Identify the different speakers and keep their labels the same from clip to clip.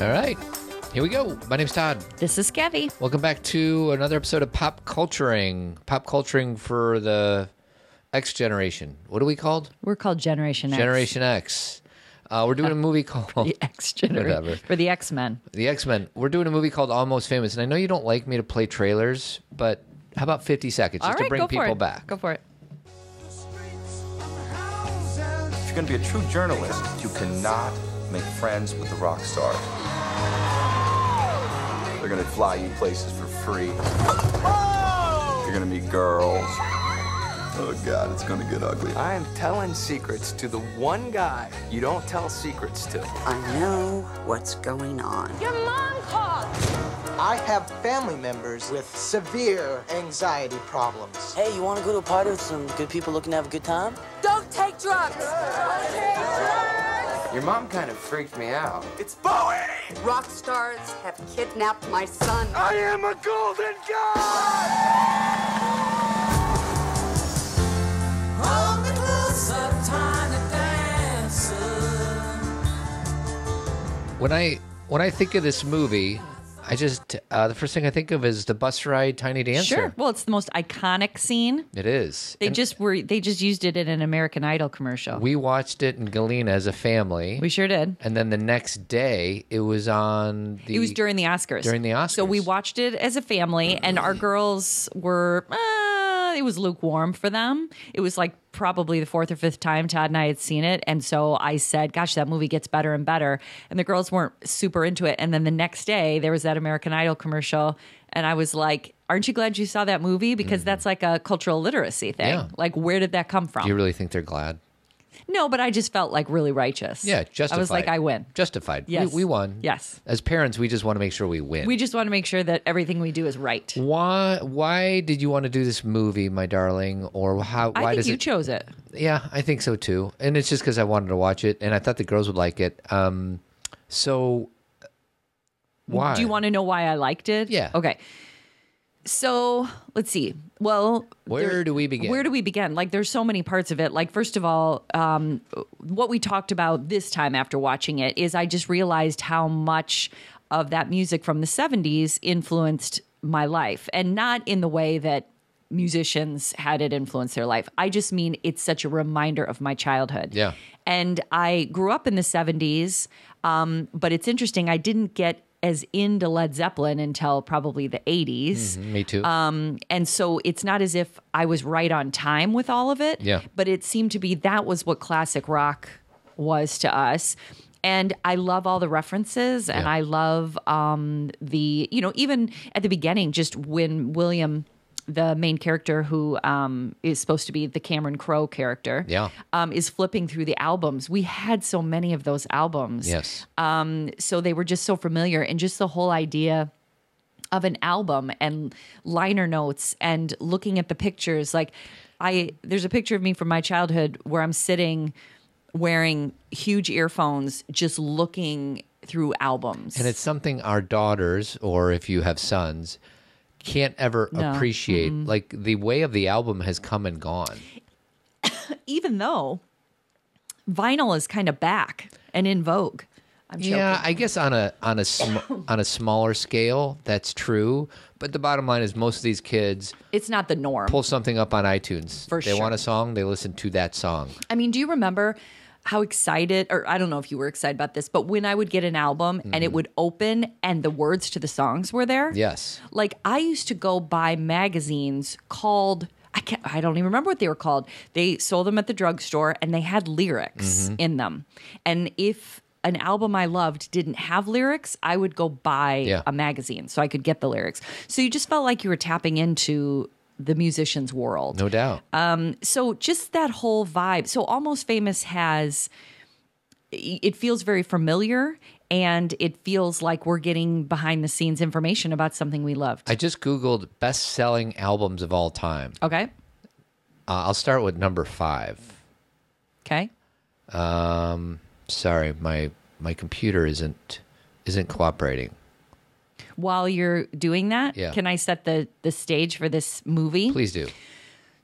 Speaker 1: All right. Here we go. My name's Todd.
Speaker 2: This is Kevy.
Speaker 1: Welcome back to another episode of Pop Culturing. Pop Culturing for the X Generation. What are we called?
Speaker 2: We're called Generation X.
Speaker 1: Generation X. Uh, we're doing a movie called
Speaker 2: The X generation
Speaker 1: Whatever.
Speaker 2: for the X Men.
Speaker 1: The X Men. We're doing a movie called Almost Famous. And I know you don't like me to play trailers, but how about 50 seconds
Speaker 2: All
Speaker 1: just
Speaker 2: right,
Speaker 1: to bring
Speaker 2: go for
Speaker 1: people
Speaker 2: it.
Speaker 1: back?
Speaker 2: Go for it.
Speaker 3: If you're going to be a true journalist, you cannot make friends with the rock stars. They're going to fly you places for free. You're going to meet girls. Oh, God, it's going to get ugly.
Speaker 4: I am telling secrets to the one guy you don't tell secrets to.
Speaker 5: I know what's going on.
Speaker 6: I have family members with severe anxiety problems.
Speaker 7: Hey, you want to go to a party with some good people looking to have a good time?
Speaker 8: Don't take drugs. Don't take drugs.
Speaker 4: Your mom kind of freaked me out.
Speaker 3: It's Bowie!
Speaker 8: Rock stars have kidnapped my son.
Speaker 4: I am a golden god!
Speaker 1: When I when I think of this movie, I just uh, the first thing I think of is the bus ride Tiny Dancer.
Speaker 2: Sure. Well, it's the most iconic scene.
Speaker 1: It is.
Speaker 2: They
Speaker 1: And
Speaker 2: just were. They just used it in an American Idol commercial.
Speaker 1: we watched it in Galena as a family.
Speaker 2: We sure did.
Speaker 1: And then the next day, it was on the.
Speaker 2: it was during the Oscars.
Speaker 1: During the
Speaker 2: So we
Speaker 1: Oscars.
Speaker 2: watched it as a family, and our girls were. Uh, it was lukewarm for them. It was like probably the fourth or fifth time Todd and I had seen it, and so I said, "Gosh, that movie gets better and better." And the girls weren't super into it. And then the next day, there was that American Idol commercial, and I was like, "Aren't you glad you saw that movie? Because that's like a cultural literacy thing.
Speaker 1: Mm-hmm. Yeah.
Speaker 2: Like, where did that come from?"
Speaker 1: Do you really think they're glad?
Speaker 2: no, but I just felt like really righteous.
Speaker 1: Yeah, justified.
Speaker 2: I was like, "I win."
Speaker 1: Justified.
Speaker 2: Yes.
Speaker 1: We, we won.
Speaker 2: Yes.
Speaker 1: As parents, we just want to make sure we win.
Speaker 2: We just want to make sure that everything we do is right.
Speaker 1: why? Why did you want to do this movie, my darling? Or how?
Speaker 2: I
Speaker 1: why
Speaker 2: think
Speaker 1: does
Speaker 2: you
Speaker 1: it?
Speaker 2: chose it.
Speaker 1: yeah, I think so too. And it's just because I wanted to watch it, and I thought the girls would like it. Um, so why
Speaker 2: Do you want to know why I liked it?
Speaker 1: Yeah.
Speaker 2: Okay. So let's see. Well,
Speaker 1: Where do we begin?
Speaker 2: Where do we begin? Like, there's so many parts of it. Like, first of all, um, what we talked about this time after watching it is I just realized how much of that music from the 70s influenced my life, and not in the way that musicians had it influence their life. I just mean it's such a reminder of my childhood.
Speaker 1: Yeah.
Speaker 2: And I grew up in the 70s, um, but it's interesting, I didn't get as into Led Zeppelin until probably the 80s.
Speaker 1: Me too.
Speaker 2: Um, And so it's not as if I was right on time with all of it,
Speaker 1: Yeah.
Speaker 2: but it seemed to be that was what classic rock was to us. And I love all the references and
Speaker 1: Yeah.
Speaker 2: I love um, the, you know, even at the beginning, just when William, the main character who um, is supposed to be the Cameron Crowe character,
Speaker 1: Yeah.
Speaker 2: um, is flipping through the albums. We had so many of those albums.
Speaker 1: yes.
Speaker 2: So they were just so familiar and just the whole idea of an album and liner notes and looking at the pictures like I there's a picture of me from my childhood where I'm sitting wearing huge earphones just looking through albums.
Speaker 1: And it's something our daughters, or if you have sons, can't ever appreciate. Like the way of the album has come and gone.
Speaker 2: even though vinyl is kind of back and in vogue. I'm joking.
Speaker 1: Yeah, I guess on a on a sm- on a smaller scale, that's true. But the bottom line is, most of these kids
Speaker 2: It's not the norm.
Speaker 1: pull something up on iTunes.
Speaker 2: For
Speaker 1: they
Speaker 2: sure.
Speaker 1: want a song, they listen to that song.
Speaker 2: I mean, do you remember how excited, or I don't know if you were excited about this, but when I would get an album and it would open and the words to the songs were there?
Speaker 1: Yes.
Speaker 2: Like I used to go buy magazines called. I, can't, I don't even remember what they were called. They sold them at the drugstore and they had lyrics in them. And if an album I loved didn't have lyrics, I would go buy
Speaker 1: Yeah.
Speaker 2: a magazine so I could get the lyrics. So you just felt like you were tapping into the musician's world
Speaker 1: No doubt.
Speaker 2: Uh, so just that whole vibe. So almost famous has it feels very familiar and it feels like we're getting behind the scenes information about something we loved.
Speaker 1: I just googled best selling albums of all time.
Speaker 2: okay.
Speaker 1: Uh, I'll start with number five.
Speaker 2: Okay.
Speaker 1: Um, sorry, my my computer isn't isn't cooperating.
Speaker 2: While you're doing that,
Speaker 1: Yeah.
Speaker 2: can I set the the stage for this movie?
Speaker 1: Please do.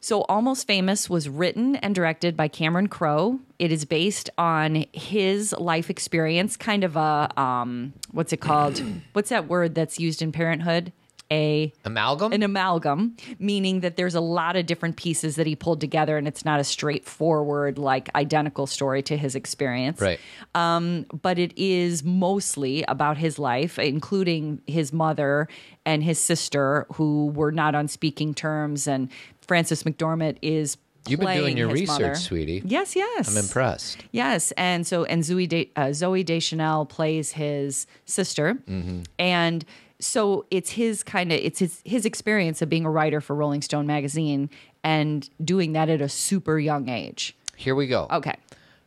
Speaker 2: So, Almost Famous was written and directed by Cameron Crowe. It is based on his life experience, kind of a um, what's it called? what's that word that's used in Parenthood? A
Speaker 1: Amalgam?
Speaker 2: an amalgam, meaning that there's a lot of different pieces that he pulled together, and it's not a straightforward, like identical story to his experience.
Speaker 1: right.
Speaker 2: But it is mostly about his life, including his mother and his sister, who were not on speaking terms. And Francis McDormand is.
Speaker 1: You've been
Speaker 2: playing
Speaker 1: doing your
Speaker 2: his
Speaker 1: research,
Speaker 2: mother.
Speaker 1: sweetie.
Speaker 2: Yes, yes.
Speaker 1: I'm impressed.
Speaker 2: Yes, and so and Zoe De, uh, Zoe Deschanel plays his sister,
Speaker 1: Mm-hmm.
Speaker 2: and so it's his kind of it's his his experience of being a writer for Rolling Stone magazine and doing that at a super young age.
Speaker 1: Here we go.
Speaker 2: Okay,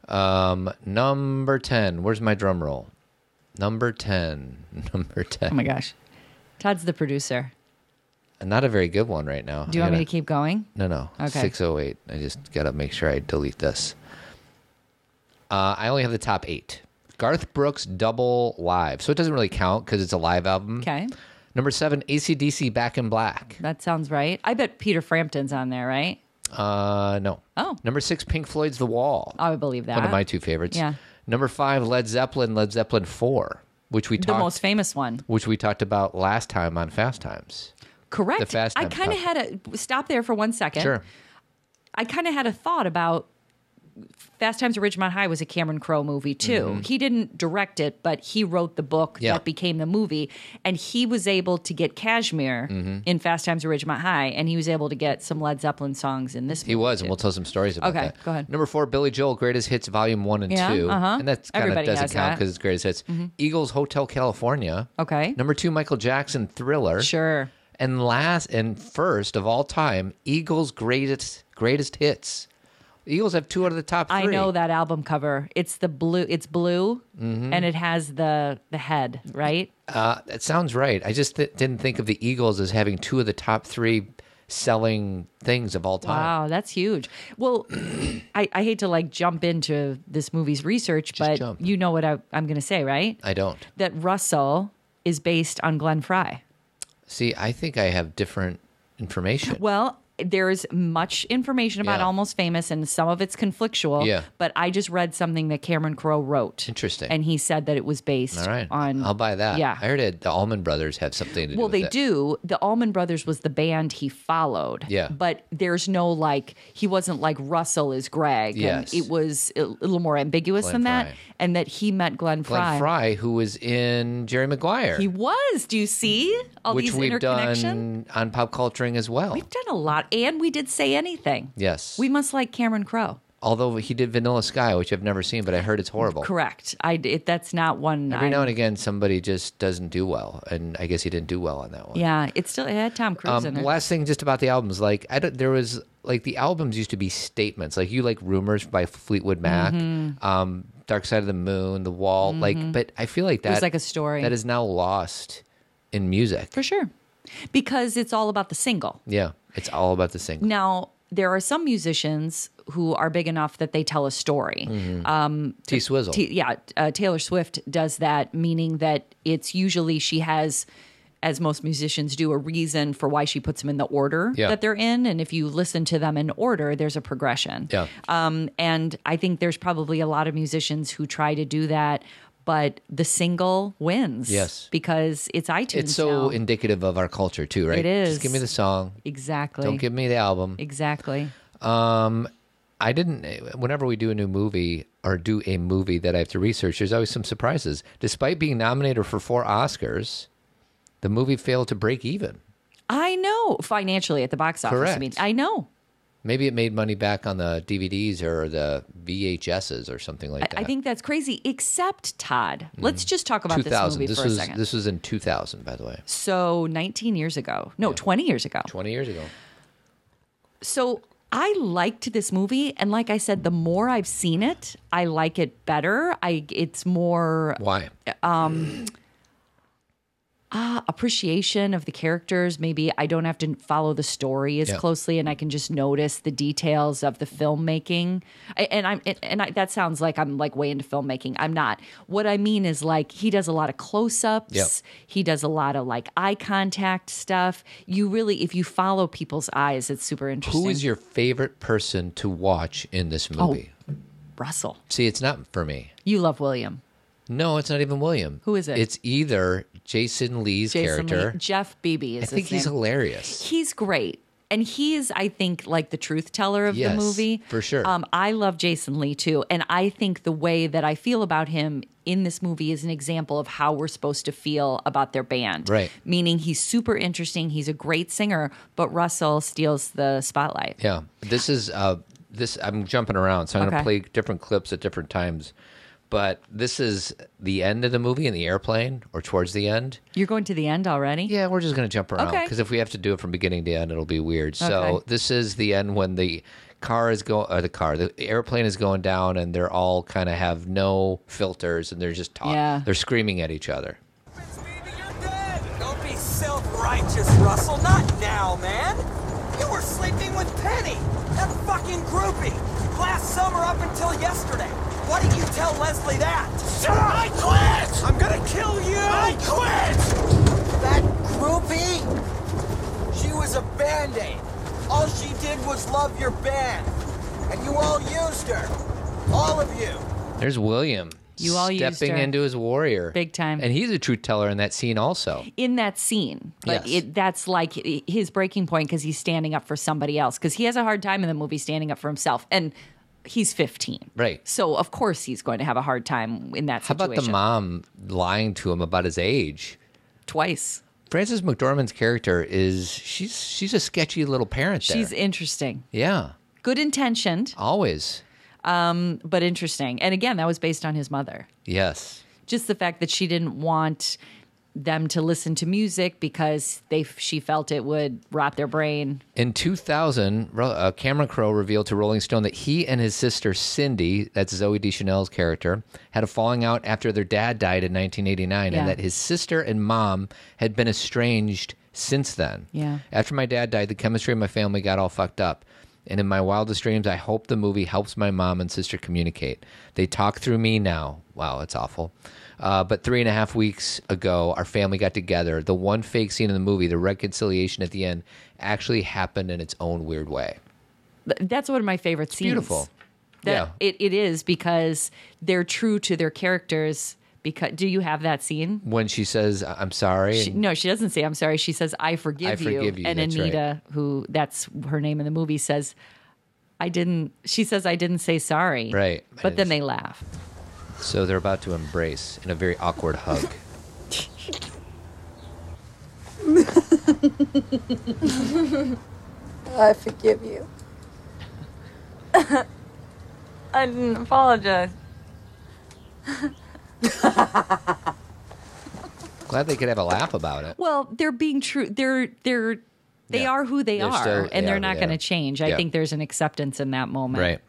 Speaker 1: Um, number 10. Where's my drum roll? Number 10. Number 10.
Speaker 2: oh my gosh, Todd's the producer.
Speaker 1: Not a very good one right now.
Speaker 2: Do you
Speaker 1: I
Speaker 2: want me to
Speaker 1: gotta-
Speaker 2: keep going?
Speaker 1: No, no.
Speaker 2: Okay.
Speaker 1: 608. I just got to make sure I delete this. Uh, I only have the top eight. Garth Brooks Double Live. So it doesn't really count because it's a live album.
Speaker 2: Okay,
Speaker 1: Number seven, ACDC Back in Black.
Speaker 2: that sounds right. I bet Peter Frampton's on there, right?
Speaker 1: Uh, no.
Speaker 2: Oh.
Speaker 1: Number six, Pink Floyd's The Wall.
Speaker 2: I would believe that.
Speaker 1: One of my two favorites.
Speaker 2: Yeah.
Speaker 1: Number five, Led Zeppelin, Led Zeppelin 4, which we
Speaker 2: the
Speaker 1: talked
Speaker 2: most famous one.
Speaker 1: which we talked about last time on Fast Times.
Speaker 2: Correct.
Speaker 1: The Fast
Speaker 2: I
Speaker 1: Times
Speaker 2: kind of had a stop there for one second.
Speaker 1: Sure.
Speaker 2: I kind of had a thought about Fast Times at Ridgemont High was a Cameron Crowe movie too. He didn't direct it, but he wrote the book
Speaker 1: Mm-hmm. Yeah.
Speaker 2: that became the movie, and he was able to get Kashmir
Speaker 1: Mm-hmm.
Speaker 2: in Fast Times at Ridgemont High, and he was able to get some Led Zeppelin songs in this.
Speaker 1: He was, and we'll tell some stories about
Speaker 2: Okay,
Speaker 1: that.
Speaker 2: go ahead.
Speaker 1: Number four, Billy Joel, Greatest Hits Volume 1 and
Speaker 2: Yeah,
Speaker 1: 2.
Speaker 2: uh-huh.
Speaker 1: And that kind of
Speaker 2: Everybody
Speaker 1: doesn't count
Speaker 2: has that. Mm-hmm.
Speaker 1: because it's Greatest Hits. Eagles, Hotel California.
Speaker 2: Okay.
Speaker 1: Number two, Michael Jackson, Thriller.
Speaker 2: sure.
Speaker 1: And last and first of all time, Eagles Greatest Greatest Hits. Eagles have two out of the top three.
Speaker 2: I know that album cover. It's the blue. It's blue, and it has the the head. Right.
Speaker 1: Mm-hmm. Uh, that sounds right. I just th- didn't think of the Eagles as having two of the top three selling things of all time.
Speaker 2: Wow, that's huge. Well, I, I hate to like jump into this movie's research, but
Speaker 1: jump.
Speaker 2: you know what I, I'm going to say, right?
Speaker 1: I don't.
Speaker 2: that Russell is based on Glenn Fry.
Speaker 1: See, I think I have different information.
Speaker 2: Well, there's much information about
Speaker 1: Yeah.
Speaker 2: Almost Famous, and some of it's conflictual.
Speaker 1: Yeah.
Speaker 2: But I just read something that Cameron Crowe wrote.
Speaker 1: Interesting.
Speaker 2: And he said that it was based
Speaker 1: all right.
Speaker 2: on.
Speaker 1: I'll buy that.
Speaker 2: Yeah.
Speaker 1: I heard it, the Allman Brothers have something to do
Speaker 2: well,
Speaker 1: with
Speaker 2: they
Speaker 1: it.
Speaker 2: do. The Allman Brothers was the band he followed.
Speaker 1: Yeah.
Speaker 2: But there's no like, he wasn't like Russell is Greg.
Speaker 1: Yes.
Speaker 2: And it was a little more ambiguous
Speaker 1: Glenn
Speaker 2: than that.
Speaker 1: Fry.
Speaker 2: And that he met Glenn
Speaker 1: Glenn
Speaker 2: Fry.
Speaker 1: Fry, who was in Jerry Maguire,
Speaker 2: He was. Do you see all
Speaker 1: which
Speaker 2: these
Speaker 1: we've
Speaker 2: interconnections?
Speaker 1: done on pop culturing as well.
Speaker 2: We've done a lot, and we did say anything.
Speaker 1: Yes.
Speaker 2: We must like Cameron Crowe.
Speaker 1: Although he did Vanilla Sky, which I've never seen, but I heard it's horrible.
Speaker 2: Correct. I it, that's not one.
Speaker 1: Every
Speaker 2: I-
Speaker 1: now and again, somebody just doesn't do well, and I guess he didn't do well on that one.
Speaker 2: yeah, it's still it had Tom Cruise
Speaker 1: Um,
Speaker 2: in it.
Speaker 1: last thing, just about the albums. Like, I don't, there was like the albums used to be statements. Like, you like "Rumors" by Fleetwood Mac,
Speaker 2: Mm-hmm.
Speaker 1: um, "Dark Side of the Moon," "The Wall." Like, but I feel like that
Speaker 2: was Mm-hmm. like a story.
Speaker 1: that is now lost in music.
Speaker 2: for sure, because it's all about the single.
Speaker 1: Yeah, it's all about the single.
Speaker 2: Now there are some musicians who are big enough that they tell a story.
Speaker 1: Mm-hmm. T Swizzle.
Speaker 2: T- yeah, uh, Taylor Swift does that, meaning that it's usually she has, as most musicians do, a reason for why she puts them in the order
Speaker 1: Yeah.
Speaker 2: that they're in. And if you listen to them in order, there's a progression.
Speaker 1: Yeah.
Speaker 2: Um, and I think there's probably a lot of musicians who try to do that, but the single wins.
Speaker 1: Yes.
Speaker 2: Because it's iTunes.
Speaker 1: it's so
Speaker 2: now.
Speaker 1: indicative of our culture too, right?
Speaker 2: It
Speaker 1: Just give
Speaker 2: is.
Speaker 1: me the song.
Speaker 2: exactly.
Speaker 1: Don't give me the album.
Speaker 2: exactly.
Speaker 1: I didn't. Whenever we do a new movie or do a movie that I have to research, there's always some surprises. Despite being nominated for four Oscars, the movie failed to break even.
Speaker 2: I know financially at the box office. I
Speaker 1: Correct.
Speaker 2: mean, I know.
Speaker 1: Maybe it made money back on the DVDs or the VHSs or something like that.
Speaker 2: I think that's crazy. Except Todd. Let's just talk about this
Speaker 1: 2000.
Speaker 2: movie
Speaker 1: Mm-hmm. This
Speaker 2: for a
Speaker 1: was
Speaker 2: second.
Speaker 1: this was in 2000, by the way,
Speaker 2: So 19 years ago. No, 20 years ago.
Speaker 1: 20 years ago.
Speaker 2: So I liked this movie and like I said the more I've seen it, I like it better. I it's more
Speaker 1: Why?
Speaker 2: ah, appreciation of the characters. Maybe I don't have to follow the story as
Speaker 1: Yeah.
Speaker 2: closely, and I can just notice the details of the filmmaking. I, and I'm and- and I, that sounds like I'm like way into filmmaking. I'm not. What I mean is like he does a lot of close-ups.
Speaker 1: Yeah.
Speaker 2: He does a lot of like eye contact stuff. You really, if you follow people's eyes, it's super interesting.
Speaker 1: Who is your favorite person to watch in this
Speaker 2: Oh.
Speaker 1: movie?
Speaker 2: Russell?
Speaker 1: See, it's not for me.
Speaker 2: You love William.
Speaker 1: No, it's not even William.
Speaker 2: Who is it?
Speaker 1: It's either Jason Lee's
Speaker 2: Jason
Speaker 1: character.
Speaker 2: Lee. Jeff Beebe is
Speaker 1: I think
Speaker 2: his
Speaker 1: he's
Speaker 2: name.
Speaker 1: hilarious.
Speaker 2: he's great. And he's, I think, like the truth teller of
Speaker 1: Yes,
Speaker 2: the movie.
Speaker 1: for sure.
Speaker 2: Um, I love Jason Lee too. And I think the way that I feel about him in this movie is an example of how we're supposed to feel about their band.
Speaker 1: Right.
Speaker 2: Meaning he's super interesting. He's a great singer, but Russell steals the spotlight.
Speaker 1: Yeah. This is uh this I'm jumping around, so I'm
Speaker 2: Okay.
Speaker 1: gonna play different clips at different times. But this is the end of the movie in the airplane or towards the end.
Speaker 2: You're going to the end already?
Speaker 1: Yeah, we're just going to jump around
Speaker 2: Okay.
Speaker 1: because if we have to do it from beginning to end, it'll be weird. So
Speaker 2: Okay.
Speaker 1: this is the end when the car is going, or the car, the airplane is going down, and they're all kind of have no filters, and they're just talking,
Speaker 2: Yeah.
Speaker 1: they're screaming at each other.
Speaker 9: Don't be self-righteous, Russell. Not now, man. You were sleeping with Penny, that fucking groupie, last summer up until yesterday. Why didn't you tell Leslie that? I quit! I'm gonna kill you! I quit!
Speaker 6: That groupie? She was a band aid. All she did was love your band. And you all used her. All of you.
Speaker 1: There's William.
Speaker 2: You all used
Speaker 1: stepping
Speaker 2: her.
Speaker 1: into his warrior
Speaker 2: Big time.
Speaker 1: and he's a truth teller in that scene also.
Speaker 2: in that scene. But
Speaker 1: Yes.
Speaker 2: it, that's like his breaking point because he's standing up for somebody else because he has a hard time in the movie standing up for himself. And he's 15.
Speaker 1: Right.
Speaker 2: So, of course, he's going to have a hard time in that
Speaker 1: How
Speaker 2: situation.
Speaker 1: about the mom lying to him about his age?
Speaker 2: Twice.
Speaker 1: Frances McDormand's character is she's she's a sketchy little parent.
Speaker 2: She's
Speaker 1: there.
Speaker 2: interesting.
Speaker 1: yeah,
Speaker 2: Good intentioned,
Speaker 1: always
Speaker 2: but interesting. And again, that was based on his mother.
Speaker 1: yes.
Speaker 2: Just the fact that she didn't want them to listen to music because they she felt it would rot their brain.
Speaker 1: In 2000, Ro- uh, Cameron Crowe revealed to Rolling Stone that he and his sister Cindy, that's Zoe Deschanel's character, had a falling out after their dad died in 1989, and
Speaker 2: Yeah.
Speaker 1: that his sister and mom had been estranged since then.
Speaker 2: Yeah.
Speaker 1: After my dad died, the chemistry of my family got all fucked up. And in my wildest dreams, I hope the movie helps my mom and sister communicate. They talk through me now. Wow, it's awful. Uh, but three and a half weeks ago, our family got together. The one fake scene in the movie, the reconciliation at the end, actually happened in its own weird way.
Speaker 2: Th- That's one of my favorite scenes.
Speaker 1: Beautiful.
Speaker 2: That it, it is because they're true to their characters. Because do you have that scene?
Speaker 1: When she says, "I- I'm sorry.
Speaker 2: She, no, she doesn't say I'm sorry. She says I forgive,
Speaker 1: I forgive you,
Speaker 2: And
Speaker 1: that's right.
Speaker 2: Anita, who that's her name in the movie, says I didn't. She says I didn't say sorry.
Speaker 1: Right.
Speaker 2: But
Speaker 1: I
Speaker 2: then
Speaker 1: didn't-
Speaker 2: they laugh.
Speaker 1: So they're about to embrace in a very awkward hug.
Speaker 8: I forgive you. I didn't apologize.
Speaker 1: Glad they could have a laugh about it.
Speaker 2: Well, they're being true. They're they're they
Speaker 1: Yeah.
Speaker 2: are who they
Speaker 1: They're
Speaker 2: are,
Speaker 1: still- they
Speaker 2: and
Speaker 1: are
Speaker 2: they're
Speaker 1: who
Speaker 2: not
Speaker 1: they
Speaker 2: going
Speaker 1: are.
Speaker 2: to change. I
Speaker 1: Yeah.
Speaker 2: think there's an acceptance in that moment.
Speaker 1: Right.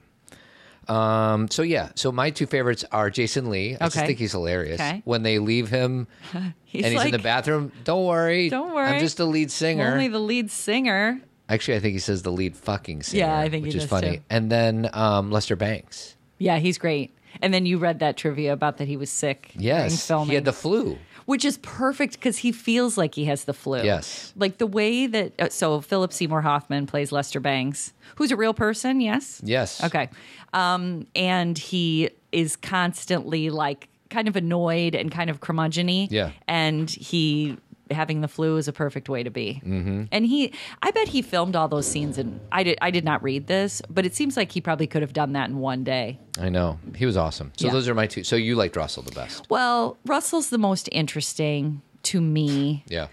Speaker 1: Um, so yeah, so my two favorites are Jason Lee. I just
Speaker 2: Okay.
Speaker 1: think he's hilarious.
Speaker 2: Okay.
Speaker 1: When they leave him
Speaker 2: He's
Speaker 1: and he's in
Speaker 2: like,
Speaker 1: the bathroom, don't worry.
Speaker 2: "Don't
Speaker 1: I'm
Speaker 2: worry.
Speaker 1: just the lead singer.
Speaker 2: Only the lead singer.
Speaker 1: Actually, I think he says the lead fucking singer.
Speaker 2: Yeah, I think he
Speaker 1: which is
Speaker 2: does,
Speaker 1: funny.
Speaker 2: too.
Speaker 1: And then um, Lester Banks.
Speaker 2: Yeah, he's great. And then you read that trivia about that he was sick. during
Speaker 1: Yes.
Speaker 2: filming.
Speaker 1: He had the flu.
Speaker 2: which is perfect because he feels like he has the flu.
Speaker 1: Yes.
Speaker 2: Like the way that, uh, so Philip Seymour Hoffman plays Lester Bangs, who's a real person, yes?
Speaker 1: Yes.
Speaker 2: Okay. Um, and he is constantly like kind of annoyed and kind of curmudgeon
Speaker 1: Yeah.
Speaker 2: And he, having the flu is a perfect way to be. Mm-hmm. And he, I bet he filmed all those scenes and I did, I did not read this, but it seems like he probably could have done that in one day.
Speaker 1: I know. He was awesome. So
Speaker 2: Yeah.
Speaker 1: those are my two. So you liked Russell the best.
Speaker 2: Well, Russell's the most interesting to me.
Speaker 1: Yeah.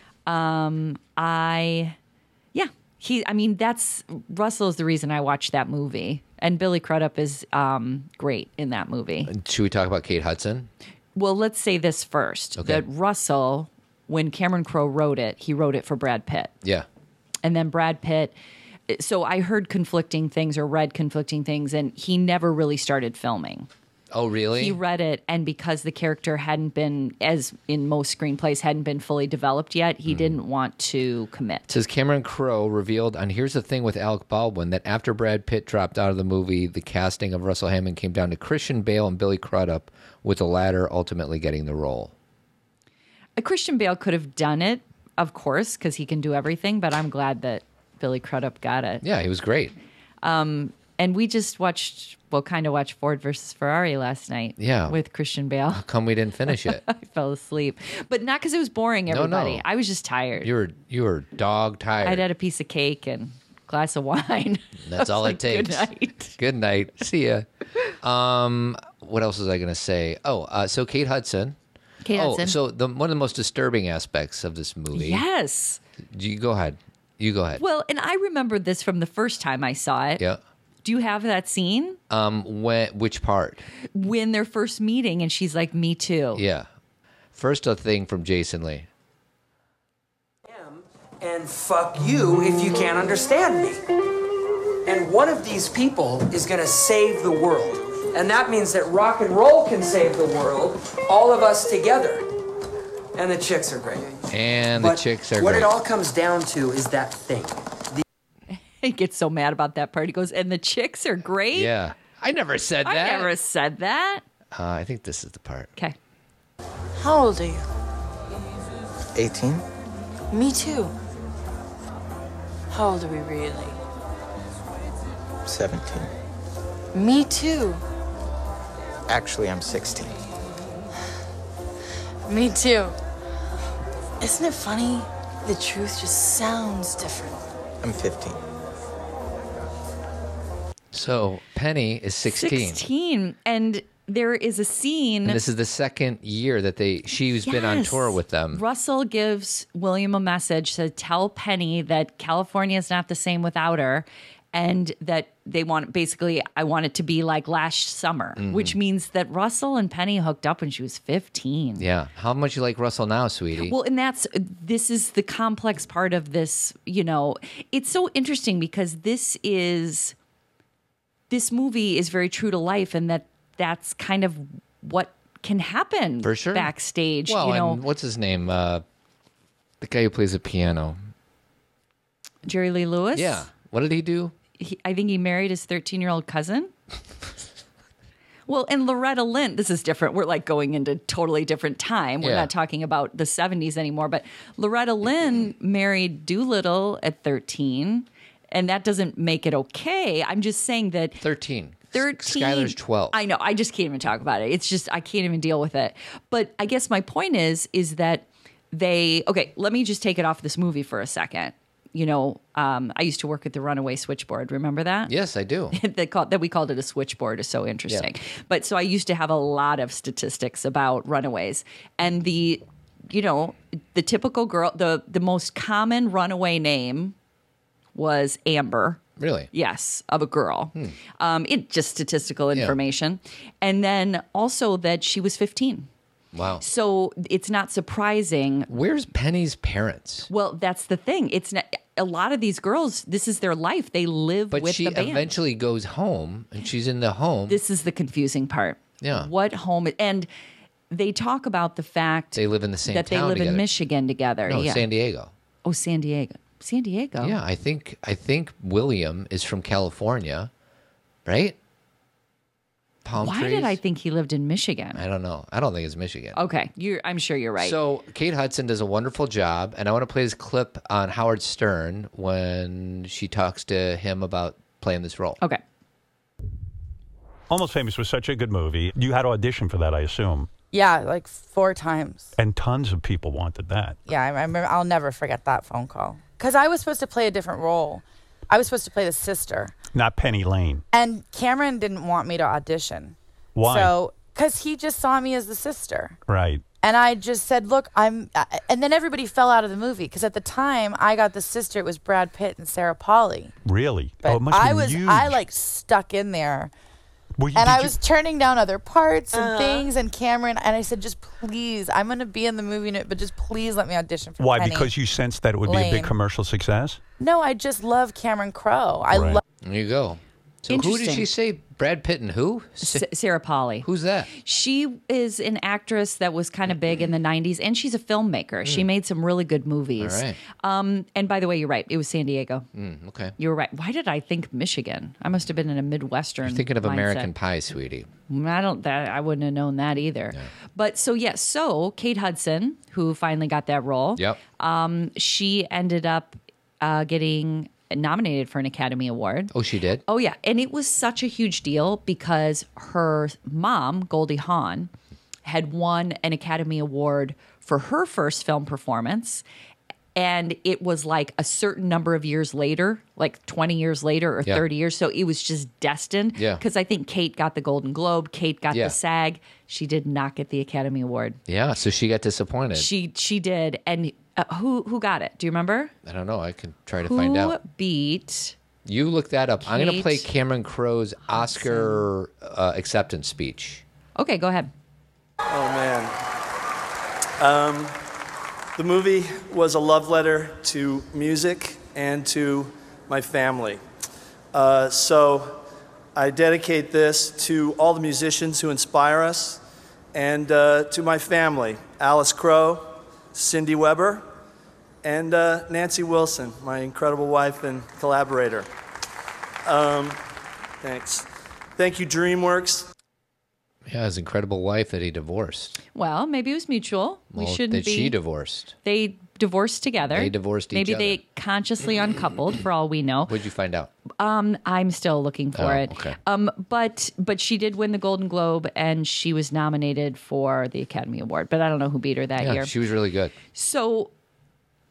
Speaker 2: I, yeah, he. I mean, that's Russell is the reason I watched that movie, and Billy Crudup is um, great in that movie.
Speaker 1: Should we talk about Kate Hudson?
Speaker 2: Well, let's say this first:
Speaker 1: Okay.
Speaker 2: that Russell, when Cameron Crowe wrote it, he wrote it for Brad Pitt,
Speaker 1: Yeah.
Speaker 2: and then Brad Pitt. So I heard conflicting things or read conflicting things, and he never really started filming.
Speaker 1: Oh, really?
Speaker 2: He read it, and because the character hadn't been, as in most screenplays, hadn't been fully developed yet, he didn't want to commit.
Speaker 1: Says Cameron Crowe revealed on Here's the Thing with Alec Baldwin that after Brad Pitt dropped out of the movie, the casting of Russell Hammond came down to Christian Bale and Billy Crudup, with the latter ultimately getting the role.
Speaker 2: Uh, Christian Bale could have done it, of course, because he can do everything. But I'm glad that Billy Crudup got it.
Speaker 1: Yeah, he was great.
Speaker 2: And we just watched, well, kind of watched Ford versus Ferrari last night.
Speaker 1: Yeah.
Speaker 2: with Christian Bale.
Speaker 1: Come, we didn't finish it.
Speaker 2: I fell asleep, but not because it was boring. Everybody,
Speaker 1: no.
Speaker 2: I was just tired.
Speaker 1: You were you were dog tired.
Speaker 2: I'd had a piece of cake and glass of wine.
Speaker 1: That's all it
Speaker 2: Good
Speaker 1: takes.
Speaker 2: night.
Speaker 1: Good night. See ya. Um, what else was I going to say? Oh, uh, so Kate Hudson.
Speaker 2: Kate
Speaker 1: oh,
Speaker 2: Hudson.
Speaker 1: so the, one of the most disturbing aspects of this movie.
Speaker 2: yes.
Speaker 1: You go ahead. You go ahead.
Speaker 2: Well, and I remember this from the first time I saw it.
Speaker 1: yeah.
Speaker 2: Do you have that scene
Speaker 1: Um, when, which part?
Speaker 2: when they're first meeting and she's like, "Me too."
Speaker 1: Yeah. First, a thing from Jason Lee.
Speaker 9: And fuck you if you can't understand me. And one of these people is gonna save the world. And that means that rock and roll can save the world, all of us together. And the chicks are great.
Speaker 1: And
Speaker 9: But
Speaker 1: the chicks are
Speaker 9: What
Speaker 1: great.
Speaker 9: it all comes down to is that thing.
Speaker 2: He gets so mad about that part. He goes, "And the chicks are great."
Speaker 1: yeah. I never said
Speaker 2: I
Speaker 1: that.
Speaker 2: never said that.
Speaker 1: Uh, I think this is the part.
Speaker 2: Okay.
Speaker 8: How old are you?
Speaker 4: 18?
Speaker 8: Me too. How old are we really?
Speaker 4: 17.
Speaker 8: Me too.
Speaker 4: Actually, I'm 16.
Speaker 8: Me too. Isn't it funny? The truth just sounds different.
Speaker 4: I'm 15.
Speaker 1: So Penny is 16.
Speaker 2: 16 and there is a scene
Speaker 1: And this is the second year that they she's been on
Speaker 2: Yes.
Speaker 1: tour with them.
Speaker 2: Russell gives William a message to tell Penny that California is not the same without her and that they want basically I want it to be like last summer,
Speaker 1: Mm-hmm.
Speaker 2: which means that Russell and Penny hooked up when she was 15.
Speaker 1: Yeah. How much you like Russell now, sweetie?
Speaker 2: Well, and that's this is the complex part of this, you know. It's so interesting because this is this movie is very true to life and that that's kind of what can happen
Speaker 1: For sure.
Speaker 2: backstage,
Speaker 1: well,
Speaker 2: you know.
Speaker 1: and what's his name? Uh, the guy who plays the piano.
Speaker 2: Jerry Lee Lewis.
Speaker 1: Yeah. What did he do?
Speaker 2: he, I think he married his 13 year old cousin. well, and Loretta Lynn, this is different. We're like going into totally different time. We're
Speaker 1: Yeah.
Speaker 2: not talking about the 70s anymore, but Loretta Lynn married Doolittle at 13, and that doesn't make it okay. I'm just saying that.
Speaker 1: 13. S-
Speaker 2: 13
Speaker 1: Skylar's 12.
Speaker 2: I know. I just can't even talk about it. It's just I can't even deal with it. But I guess my point is is that they okay, let me just take it off this movie for a second. You know, um, I used to work at the runaway switchboard. Remember that?
Speaker 1: Yes, I do.
Speaker 2: that called that we called it a switchboard is so interesting. But so I used to have a lot of statistics about runaways and the you know, the typical girl the the most common runaway name was Amber.
Speaker 1: Really?
Speaker 2: Yes, of a girl.
Speaker 1: Hmm.
Speaker 2: Um, it just statistical information. And then also that she was 15.
Speaker 1: Wow.
Speaker 2: So it's not surprising
Speaker 1: Where's Penny's parents?
Speaker 2: well, that's the thing. It's not, a lot of these girls. This is their life. They live
Speaker 1: But
Speaker 2: with
Speaker 1: she
Speaker 2: the band.
Speaker 1: eventually goes home and she's in the home.
Speaker 2: this is the confusing part.
Speaker 1: Yeah.
Speaker 2: What home? And they talk about the fact
Speaker 1: they live in the same
Speaker 2: that they
Speaker 1: town
Speaker 2: live
Speaker 1: together.
Speaker 2: in Michigan together.
Speaker 1: No,
Speaker 2: yeah.
Speaker 1: San Diego.
Speaker 2: oh, San Diego. San Diego.
Speaker 1: Yeah, I think I think William is from California, right? Palm
Speaker 2: Why
Speaker 1: trees.
Speaker 2: did I think he lived in Michigan?
Speaker 1: I don't know. I don't think it's Michigan.
Speaker 2: Okay, you're. I'm sure you're right.
Speaker 1: So Kate Hudson does a wonderful job, and I want to play this clip on Howard Stern when she talks to him about playing this role.
Speaker 2: okay.
Speaker 10: Almost Famous was such a good movie. You had to audition for that, I assume.
Speaker 11: Yeah, like four times.
Speaker 10: And tons of people wanted that.
Speaker 11: Yeah, I remember. I'll never forget that phone call because I was supposed to play a different role. I was supposed to play the sister,
Speaker 10: Not Penny Lane.
Speaker 11: and Cameron didn't want me to audition.
Speaker 10: Why?
Speaker 11: So, because he just saw me as the sister.
Speaker 10: Right.
Speaker 11: And I just said, look, I'm. I- And then everybody fell out of the movie because at the time I got the sister, it was Brad Pitt and Sarah Pauli.
Speaker 10: Really?
Speaker 11: But
Speaker 10: oh, it must
Speaker 11: I
Speaker 10: have been
Speaker 11: was,
Speaker 10: huge.
Speaker 11: I like stuck in there.
Speaker 10: Were you,
Speaker 11: And
Speaker 10: did
Speaker 11: I
Speaker 10: you-
Speaker 11: was turning down other parts and things, and Cameron and I said, "Just please, I'm going to be in the movie, and it- but just please let me audition for
Speaker 10: Why?
Speaker 11: Penny."
Speaker 10: Because you sensed that it would be a
Speaker 11: Lane.
Speaker 10: big commercial success?
Speaker 11: no, I just love Cameron Crowe. I
Speaker 10: Right.
Speaker 11: love
Speaker 1: There you go. So who did
Speaker 2: Interesting.
Speaker 1: she say? Brad Pitt and who? Sa-
Speaker 2: S- Sarah Polly.
Speaker 1: Who's that?
Speaker 2: She is an actress that was kind of big in the 90s, and she's a filmmaker. She
Speaker 1: Mm.
Speaker 2: made some really good movies.
Speaker 1: All right.
Speaker 2: Um, and by the way, you're right. It was San Diego.
Speaker 1: Mm, okay.
Speaker 2: Uh, You were right. Why did I think Michigan? I must have been in a Midwestern.
Speaker 1: You're thinking of
Speaker 2: mindset.
Speaker 1: American Pie, sweetie.
Speaker 2: I don't that I wouldn't have known that either. But so yes, so Kate Hudson, who finally got that role,
Speaker 1: Yep.
Speaker 2: um, she ended up uh, getting nominated for an Academy Award.
Speaker 1: Oh, she did.
Speaker 2: Oh yeah, and it was such a huge deal because her mom, Goldie Hawn, had won an Academy Award for her first film performance. And it was like a certain number of years later, like 20 years later or
Speaker 1: Yeah.
Speaker 2: 30 years. So it was just destined.
Speaker 1: Yeah.
Speaker 2: Because I think Kate got the Golden Globe, Kate got
Speaker 1: Yeah.
Speaker 2: the SAG. She did not get the Academy Award.
Speaker 1: Yeah. So she got disappointed.
Speaker 2: She she did. And uh, who who got it? Do you remember?
Speaker 1: I don't know. I can try to
Speaker 2: who
Speaker 1: find out.
Speaker 2: beat
Speaker 1: You look that up. I'm going to
Speaker 2: Kate
Speaker 1: play Cameron Crowe's Oscar uh, acceptance speech.
Speaker 2: Okay, go ahead.
Speaker 12: Oh man. Um, the movie was a love letter to music and to my family. Uh, so I dedicate this to all the musicians who inspire us and uh, to my family Alice Crow, Cindy Weber, and uh, Nancy Wilson, my incredible wife and collaborator. Um, thanks. Thank you, DreamWorks.
Speaker 1: Yeah, his incredible wife that he divorced.
Speaker 2: Well, maybe it was mutual. we
Speaker 1: Well,
Speaker 2: shouldn't
Speaker 1: that
Speaker 2: be.
Speaker 1: she divorced.
Speaker 2: They divorced together.
Speaker 1: They divorced each
Speaker 2: Maybe
Speaker 1: other.
Speaker 2: they consciously uncoupled, for all we know.
Speaker 1: What'd you find out?
Speaker 2: Um, I'm still looking for
Speaker 1: Oh,
Speaker 2: it.
Speaker 1: okay.
Speaker 2: Um, but but she did win the Golden Globe, and she was nominated for the Academy Award. But I don't know who beat her that
Speaker 1: yeah,
Speaker 2: year.
Speaker 1: she was really good.
Speaker 2: So,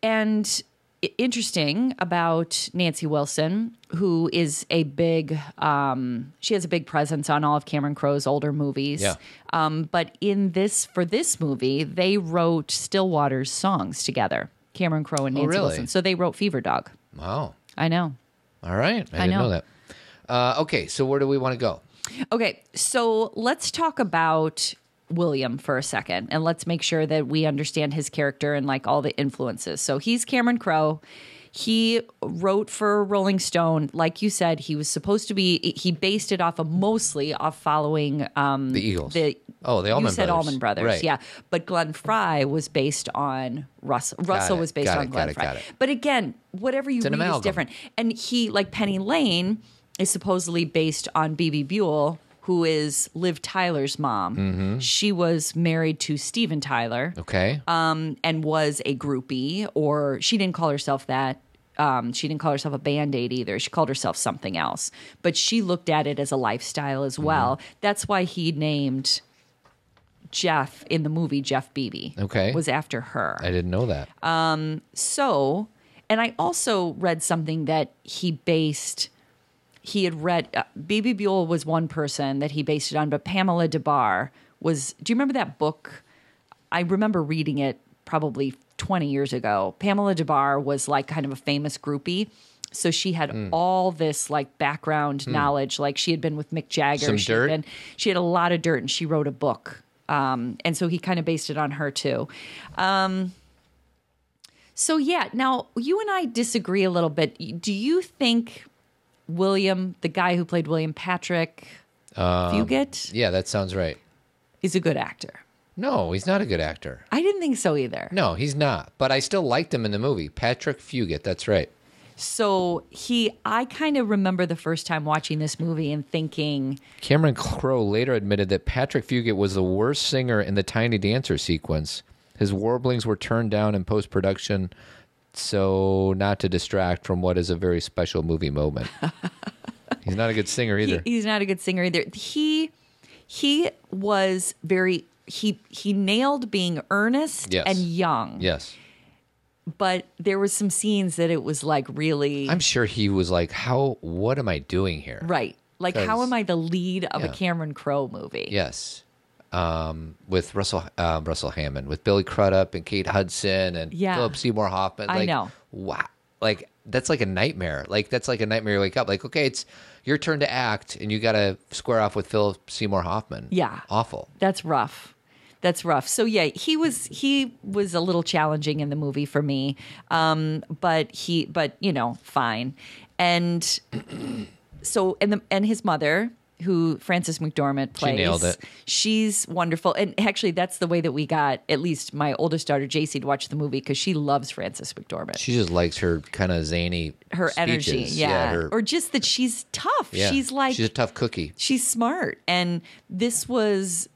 Speaker 2: and i- interesting about Nancy Wilson, who is a big, um, she has a big presence on all of Cameron Crowe's older movies.
Speaker 1: Yeah.
Speaker 2: Um, but in this, for this movie, they wrote Stillwater's songs together, Cameron Crowe and
Speaker 1: Oh,
Speaker 2: Nancy
Speaker 1: really?
Speaker 2: Wilson. So they wrote Fever Dog.
Speaker 1: Wow.
Speaker 2: I know.
Speaker 1: All right. I,
Speaker 2: I
Speaker 1: didn't know,
Speaker 2: know.
Speaker 1: that. Uh, okay. So where do we want to go?
Speaker 2: Okay, so let's talk about William for a second and let's make sure that we understand his character and like all the influences. So he's Cameron Crowe. He wrote for Rolling Stone. Like you said, he was supposed to be, he based it off of mostly off following um,
Speaker 1: The Eagles.
Speaker 2: The,
Speaker 1: Oh, the
Speaker 2: you
Speaker 1: Allman
Speaker 2: said
Speaker 1: Brothers.
Speaker 2: Allman Brothers.
Speaker 1: Right.
Speaker 2: Yeah. But Glenn Fry was based on Russell. Russell
Speaker 1: it,
Speaker 2: was based
Speaker 1: got
Speaker 2: on
Speaker 1: it, got
Speaker 2: Glenn
Speaker 1: it,
Speaker 2: Fry.
Speaker 1: got it.
Speaker 2: But again, whatever you
Speaker 1: It's an
Speaker 2: read is
Speaker 1: amalgam.
Speaker 2: different. And he, like Penny Lane, is supposedly based on BB Buell, who is Liv Tyler's mom.
Speaker 1: Mhm.
Speaker 2: She was married to Steven Tyler.
Speaker 1: Okay.
Speaker 2: Um, and was a groupie, or she didn't call herself that. Um, she didn't call herself a band aid either. She called herself something else. But she looked at it as a lifestyle as well.
Speaker 1: Mm-hmm.
Speaker 2: That's why he named Jeff in the movie Jeff Beebe.
Speaker 1: Okay.
Speaker 2: Was after her.
Speaker 1: I didn't know that.
Speaker 2: Um, so, and I also read something that he based. He had read uh, BB Buell was one person that he based it on, but Pamela DeBar was. Do you remember that book? I remember reading it probably 20 years ago. Pamela DeBar was like kind of a famous groupie. So she had all this like background
Speaker 1: Hmm.
Speaker 2: knowledge. Like she had been with Mick Jagger.
Speaker 1: Some
Speaker 2: she
Speaker 1: dirt?
Speaker 2: Had been, she had a lot of dirt and she wrote a book. Um, and so he kind of based it on her too. Um, so yeah, now you and I disagree a little bit. Do you think William, the guy who played William Patrick,
Speaker 1: Um,
Speaker 2: Fugit?
Speaker 1: Yeah, that sounds right.
Speaker 2: is a good actor?
Speaker 1: No, he's not a good actor.
Speaker 2: I didn't think so either.
Speaker 1: No, he's not. But I still liked him in the movie. Patrick Fugit. That's right.
Speaker 2: So he, I kind of remember the first time watching this movie and thinking,
Speaker 1: Cameron Crowe later admitted that Patrick Fugit was the worst singer in the Tiny Dancer sequence. His warblings were turned down in post production, so not to distract from what is a very special movie moment. He's not a good singer
Speaker 2: he- e
Speaker 1: either.
Speaker 2: he's not a good singer either. He, he was very he he nailed being earnest
Speaker 1: Yes.
Speaker 2: and young,
Speaker 1: yes.
Speaker 2: but there was some scenes that it was like really
Speaker 1: I'm sure he was like, How, what am I doing here?
Speaker 2: right. Like, how
Speaker 1: 'Cause-
Speaker 2: am I the lead of
Speaker 1: Yeah.
Speaker 2: a Cameron Crowe movie?
Speaker 1: Yes. Um, with Russell um, Russell Hammond, with Billy Crudup and Kate Hudson and
Speaker 2: Yeah.
Speaker 1: Philip Seymour Hoffman.
Speaker 2: I
Speaker 1: Like,
Speaker 2: know.
Speaker 1: Wow. Like that's like a nightmare. Like that's like a nightmare. You wake up like, okay, it's your turn to act, and you got to square off with Philip Seymour Hoffman.
Speaker 2: Yeah.
Speaker 1: Awful.
Speaker 2: That's rough. That's rough. So yeah, he was he was a little challenging in the movie for me. Um but he but you know, fine. And so and the and his mother who Frances McDormand plays.
Speaker 1: nailed it.
Speaker 2: She's wonderful. And actually that's the way that we got at least my oldest daughter JC to watch the movie cuz she loves Frances McDormand.
Speaker 1: She just likes her kind of zany
Speaker 2: her energy,
Speaker 1: speeches.
Speaker 2: yeah.
Speaker 1: her-
Speaker 2: or just that she's tough.
Speaker 1: yeah.
Speaker 2: She's like
Speaker 1: she's a tough cookie.
Speaker 2: she's smart. And this was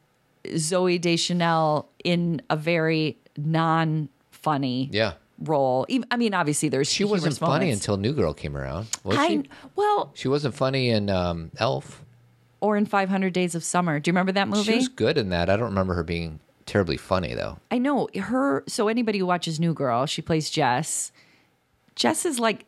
Speaker 2: Zoe Deschanel in a very non funny
Speaker 1: Yeah.
Speaker 2: role. Even- I mean, obviously there's
Speaker 1: She wasn't funny until New Girl came around. Was
Speaker 2: I
Speaker 1: she?
Speaker 2: well
Speaker 1: She wasn't funny in um, Elf.
Speaker 2: or in Five Hundred Days of Summer. Do you remember that movie?
Speaker 1: She was good in that. I don't remember her being terribly funny though.
Speaker 2: I know her. So anybody who watches New Girl, she plays Jess. Jess is like,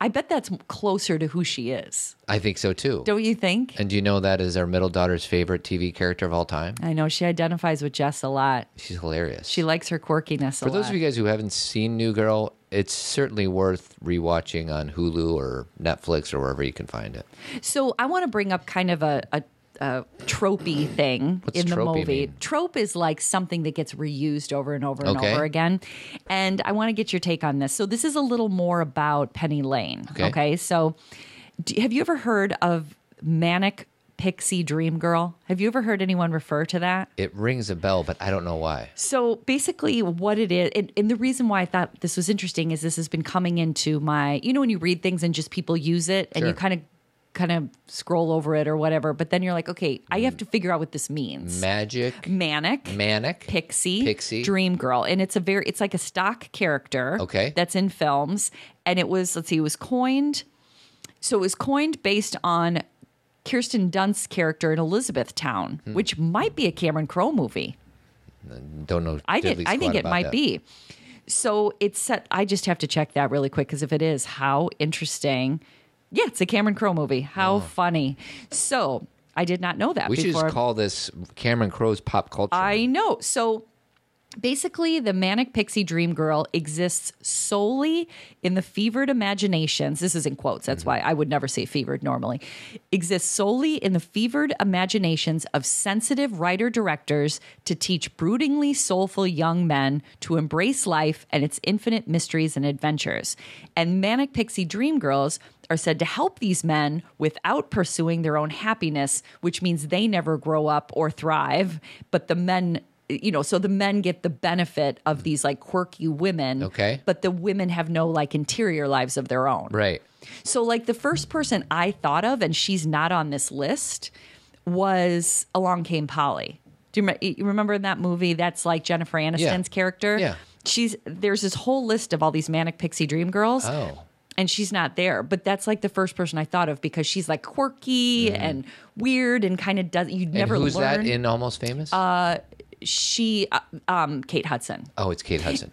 Speaker 2: I bet that's closer to who she is.
Speaker 1: I think so too.
Speaker 2: Don't you think?
Speaker 1: and do you know that is our middle daughter's favorite TV character of all time?
Speaker 2: I know she identifies with Jess a lot.
Speaker 1: She's hilarious.
Speaker 2: She likes her quirkiness a
Speaker 1: For those
Speaker 2: lot.
Speaker 1: of you guys who haven't seen New Girl, it's certainly worth rewatching on Hulu or Netflix or wherever you can find it.
Speaker 2: So I want to bring up kind of a, a, a tropey thing
Speaker 1: What's
Speaker 2: in the
Speaker 1: tropey
Speaker 2: movie.
Speaker 1: mean?
Speaker 2: Trope is like something that gets reused over and over and
Speaker 1: Okay.
Speaker 2: over again. And I want to get your take on this. So this is a little more about Penny Lane.
Speaker 1: Okay.
Speaker 2: So do, have you ever heard of manic pixie dream girl? Have you ever heard anyone refer to that?
Speaker 1: It rings a bell, but I don't know why.
Speaker 2: So basically, what it is, and, and the reason why I thought this was interesting is this has been coming into my, you know, when you read things and just people use it and you
Speaker 1: Sure.
Speaker 2: kind of, kind of scroll over it or whatever, but then you're like, okay, I
Speaker 1: Mm.
Speaker 2: have to figure out what this means.
Speaker 1: Magic,
Speaker 2: Manic,
Speaker 1: manic,
Speaker 2: pixie,
Speaker 1: Pixie.
Speaker 2: dream girl, and it's a very, it's like a stock character.
Speaker 1: Okay.
Speaker 2: that's in films, and it was, let's see, it was coined. So it was coined based on Kirsten Dunst's character in Elizabethtown,
Speaker 1: Hmm.
Speaker 2: which might be a Cameron Crowe movie.
Speaker 1: don't know.
Speaker 2: I did.
Speaker 1: diddly
Speaker 2: I think
Speaker 1: squat
Speaker 2: it
Speaker 1: about
Speaker 2: might
Speaker 1: that.
Speaker 2: be. So it's set. I just have to check that really quick because if it is, how interesting. Yeah, it's a Cameron Crowe movie. How funny. So I did not know that.
Speaker 1: Oh. We should
Speaker 2: before.
Speaker 1: just call this Cameron Crowe's pop culture.
Speaker 2: I know. So basically, the manic pixie dream girl exists solely in the fevered imaginations. This is in quotes. That's why I would never say fevered normally. Exists solely in the fevered imaginations of sensitive writer directors to teach broodingly soulful young men to embrace life and its infinite mysteries and adventures. And manic pixie dream girls. Are said to help these men without pursuing their own happiness, which means they never grow up or thrive, but the men you know, so the men get the benefit of these like quirky women.
Speaker 1: Okay.
Speaker 2: But the women have no like interior lives of their own.
Speaker 1: Right.
Speaker 2: So, like, the first person I thought of, and she's not on this list, was Along Came Polly. Do you, rem- you remember in that movie? That's like Jennifer Aniston's character.
Speaker 1: Yeah.
Speaker 2: She's there's this whole list of all these manic pixie dream girls.
Speaker 1: Oh.
Speaker 2: And she's not there, but that's like the first person I thought of because she's like quirky and weird and kind of does. You
Speaker 1: Mm-hmm. And
Speaker 2: never
Speaker 1: who's
Speaker 2: learn.
Speaker 1: that in Almost Famous?
Speaker 2: Uh, she, uh, um, Kate Hudson.
Speaker 1: oh, it's Kate Hudson.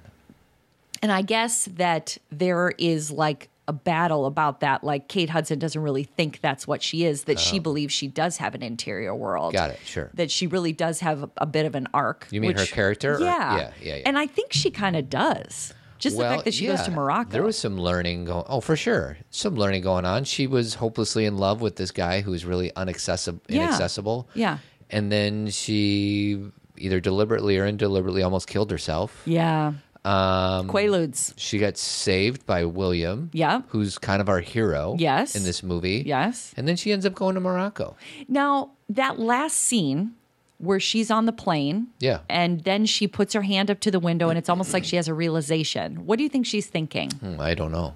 Speaker 2: And I guess that there is like a battle about that. Like Kate Hudson doesn't really think that's what she is, that she believes she does have an interior world.
Speaker 1: Oh. Got it. Sure.
Speaker 2: That she really does have a, a bit of an arc.
Speaker 1: You mean her character or- yeah,
Speaker 2: Yeah.
Speaker 1: yeah, yeah.
Speaker 2: And I think she kind of does. Just the fact that she goes to
Speaker 1: yeah,
Speaker 2: Morocco.
Speaker 1: There was some learning going. Oh, for sure, some learning going on. She was hopelessly in love with this guy who was really unaccessible,
Speaker 2: Yeah.
Speaker 1: inaccessible.
Speaker 2: Yeah.
Speaker 1: And then she either deliberately or indeliberately almost killed herself.
Speaker 2: yeah.
Speaker 1: Um,
Speaker 2: Quaaludes.
Speaker 1: She got saved by William.
Speaker 2: Yeah.
Speaker 1: Who's kind of our hero.
Speaker 2: Yes.
Speaker 1: In this movie.
Speaker 2: Yes.
Speaker 1: And then she ends up going to Morocco.
Speaker 2: Now, that last scene where she's on the plane.
Speaker 1: Yeah.
Speaker 2: And then she puts her hand up to the window and it's almost like she has a realization. What do you think she's thinking?
Speaker 1: Hmm, I don't know.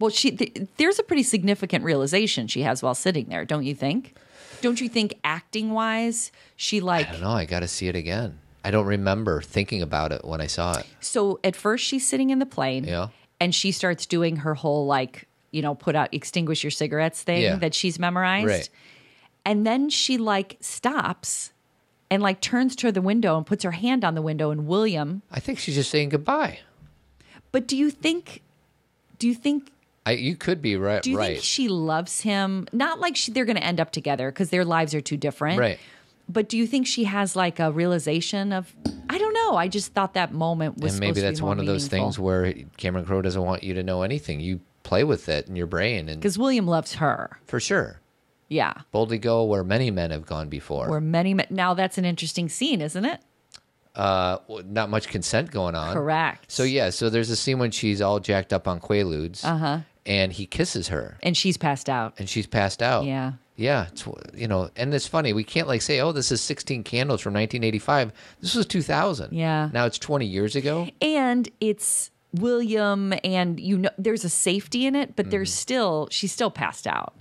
Speaker 2: Well, she th- there's a pretty significant realization she has while sitting there, don't you think? Don't you think acting wise, she like
Speaker 1: I don't know. I got to see it again. I don't remember thinking about it when I saw it.
Speaker 2: so at first she's sitting in the plane
Speaker 1: Yeah.
Speaker 2: and she starts doing her whole like, you know, put out extinguish your cigarettes thing
Speaker 1: Yeah.
Speaker 2: that she's memorized.
Speaker 1: Right.
Speaker 2: And then she like stops and like turns to the window and puts her hand on the window and William,
Speaker 1: I think she's just saying goodbye.
Speaker 2: but do you think do you think
Speaker 1: I, you could be right.
Speaker 2: do you
Speaker 1: right.
Speaker 2: think she loves him? Not like she, they're going to end up together because their lives are too different.
Speaker 1: Right.
Speaker 2: But do you think she has like a realization of? I don't know. I just thought that moment was.
Speaker 1: and maybe that's one of those things where Cameron Crowe doesn't want you to know anything. You play with it in your brain, and
Speaker 2: because William loves her.
Speaker 1: for sure,
Speaker 2: Yeah.
Speaker 1: boldly go where many men have gone before.
Speaker 2: Where many men, now that's an interesting scene, isn't it?
Speaker 1: uh, w- not much consent going on.
Speaker 2: Correct.
Speaker 1: So yeah, so there's a scene when she's all jacked up on quaaludes,
Speaker 2: Uh huh.
Speaker 1: and he kisses her
Speaker 2: and she's passed out.
Speaker 1: and she's passed out.
Speaker 2: Yeah.
Speaker 1: Yeah, it's you know, and it's funny. We can't like say, "Oh, this is 16 candles from 1985." This was 2000.
Speaker 2: Yeah.
Speaker 1: Now it's 20 years ago.
Speaker 2: And it's William and you know there's a safety in it, but
Speaker 1: Mm-hmm.
Speaker 2: there's still she's still passed out.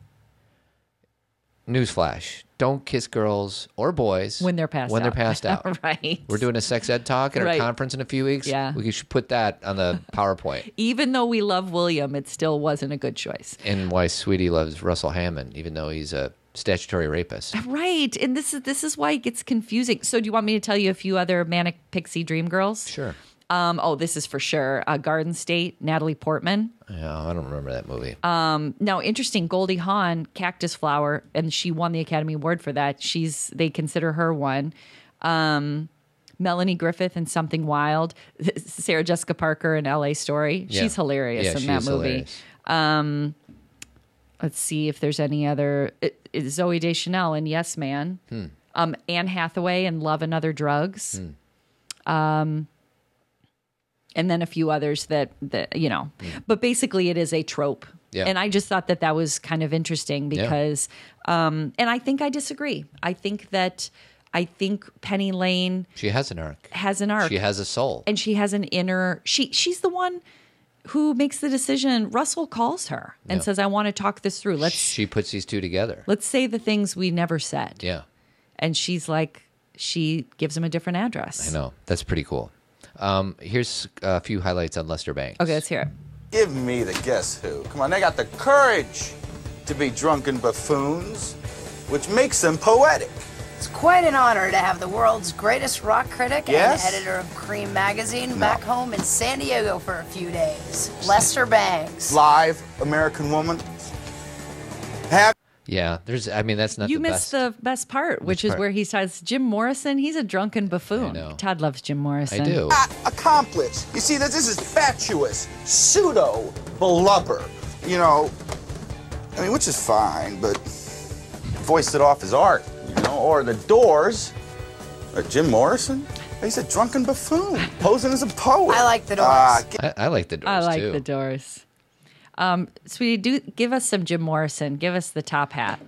Speaker 1: Newsflash: Don't kiss girls or boys
Speaker 2: When they're passed
Speaker 1: when
Speaker 2: out.
Speaker 1: they're passed out.
Speaker 2: right.
Speaker 1: We're doing a sex ed talk at
Speaker 2: Right.
Speaker 1: our conference in a few weeks.
Speaker 2: Yeah.
Speaker 1: we should put that on the PowerPoint.
Speaker 2: Even though we love William, it still wasn't a good choice.
Speaker 1: and why Sweetie loves Russell Hammond, even though he's a statutory rapist.
Speaker 2: Oh. Right. And this is this is why it gets confusing. So do you want me to tell you a few other manic pixie dream girls?
Speaker 1: Sure.
Speaker 2: Um, oh, this is for sure. Uh, Garden State, Natalie Portman.
Speaker 1: Yeah, I don't remember that movie.
Speaker 2: Um, now, interesting. Goldie Hawn, Cactus Flower, and she won the Academy Award for that. She's they consider her one. Um, Melanie Griffith and Something Wild, Sarah Jessica Parker in L.A. Story.
Speaker 1: Yeah.
Speaker 2: She's hilarious
Speaker 1: Yeah,
Speaker 2: in
Speaker 1: she
Speaker 2: that
Speaker 1: is
Speaker 2: movie.
Speaker 1: hilarious.
Speaker 2: Um, let's see if there's any other it, it's Zoe Deschanel in Yes Man.
Speaker 1: Hmm.
Speaker 2: Um, Anne Hathaway in Love and Other Drugs.
Speaker 1: Hmm.
Speaker 2: Um, and then a few others that that you know, but basically it is a trope.
Speaker 1: Hmm. Yeah.
Speaker 2: And I just thought that that was kind of interesting
Speaker 1: Yeah.
Speaker 2: because, um, and I think I disagree. I think that I think Penny Lane
Speaker 1: She has an arc.
Speaker 2: has an arc.
Speaker 1: She has a soul.
Speaker 2: and she has an inner. She she's the one who makes the decision. Russell calls her and
Speaker 1: Yeah.
Speaker 2: says, "I want to talk this through. Let's
Speaker 1: She puts these two together.
Speaker 2: let's say the things we never said."
Speaker 1: Yeah.
Speaker 2: And she's like, she gives him a different address.
Speaker 1: I know. That's pretty cool. Um, here's a few highlights on Lester Bangs.
Speaker 2: Okay, let's hear it.
Speaker 3: Give me the guess who. Come on, they got the courage to be drunken buffoons, which makes them poetic.
Speaker 13: It's quite an honor to have the world's greatest rock critic
Speaker 3: Yes?
Speaker 13: and editor of Cream magazine back home in San Diego for a few days. Lester Bangs.
Speaker 3: Live American woman. Have
Speaker 1: Yeah, there's. I mean, that's not
Speaker 2: you
Speaker 1: the best.
Speaker 2: missed the best part, which
Speaker 1: Which
Speaker 2: is
Speaker 1: part?
Speaker 2: where he says Jim Morrison. He's a drunken buffoon. Todd loves Jim Morrison.
Speaker 1: I do.
Speaker 3: accomplished. Ah, You see, this, this is fatuous, pseudo blubber. You know, I mean, which is fine, but voice it off as art, you know, or the Doors, or Jim Morrison. He's a drunken buffoon posing as a poet. Ah, I like the Doors.
Speaker 1: I, I like the doors
Speaker 2: I like
Speaker 1: too.
Speaker 2: the Doors. Um, sweetie, do give us some Jim Morrison. Give us the top hat.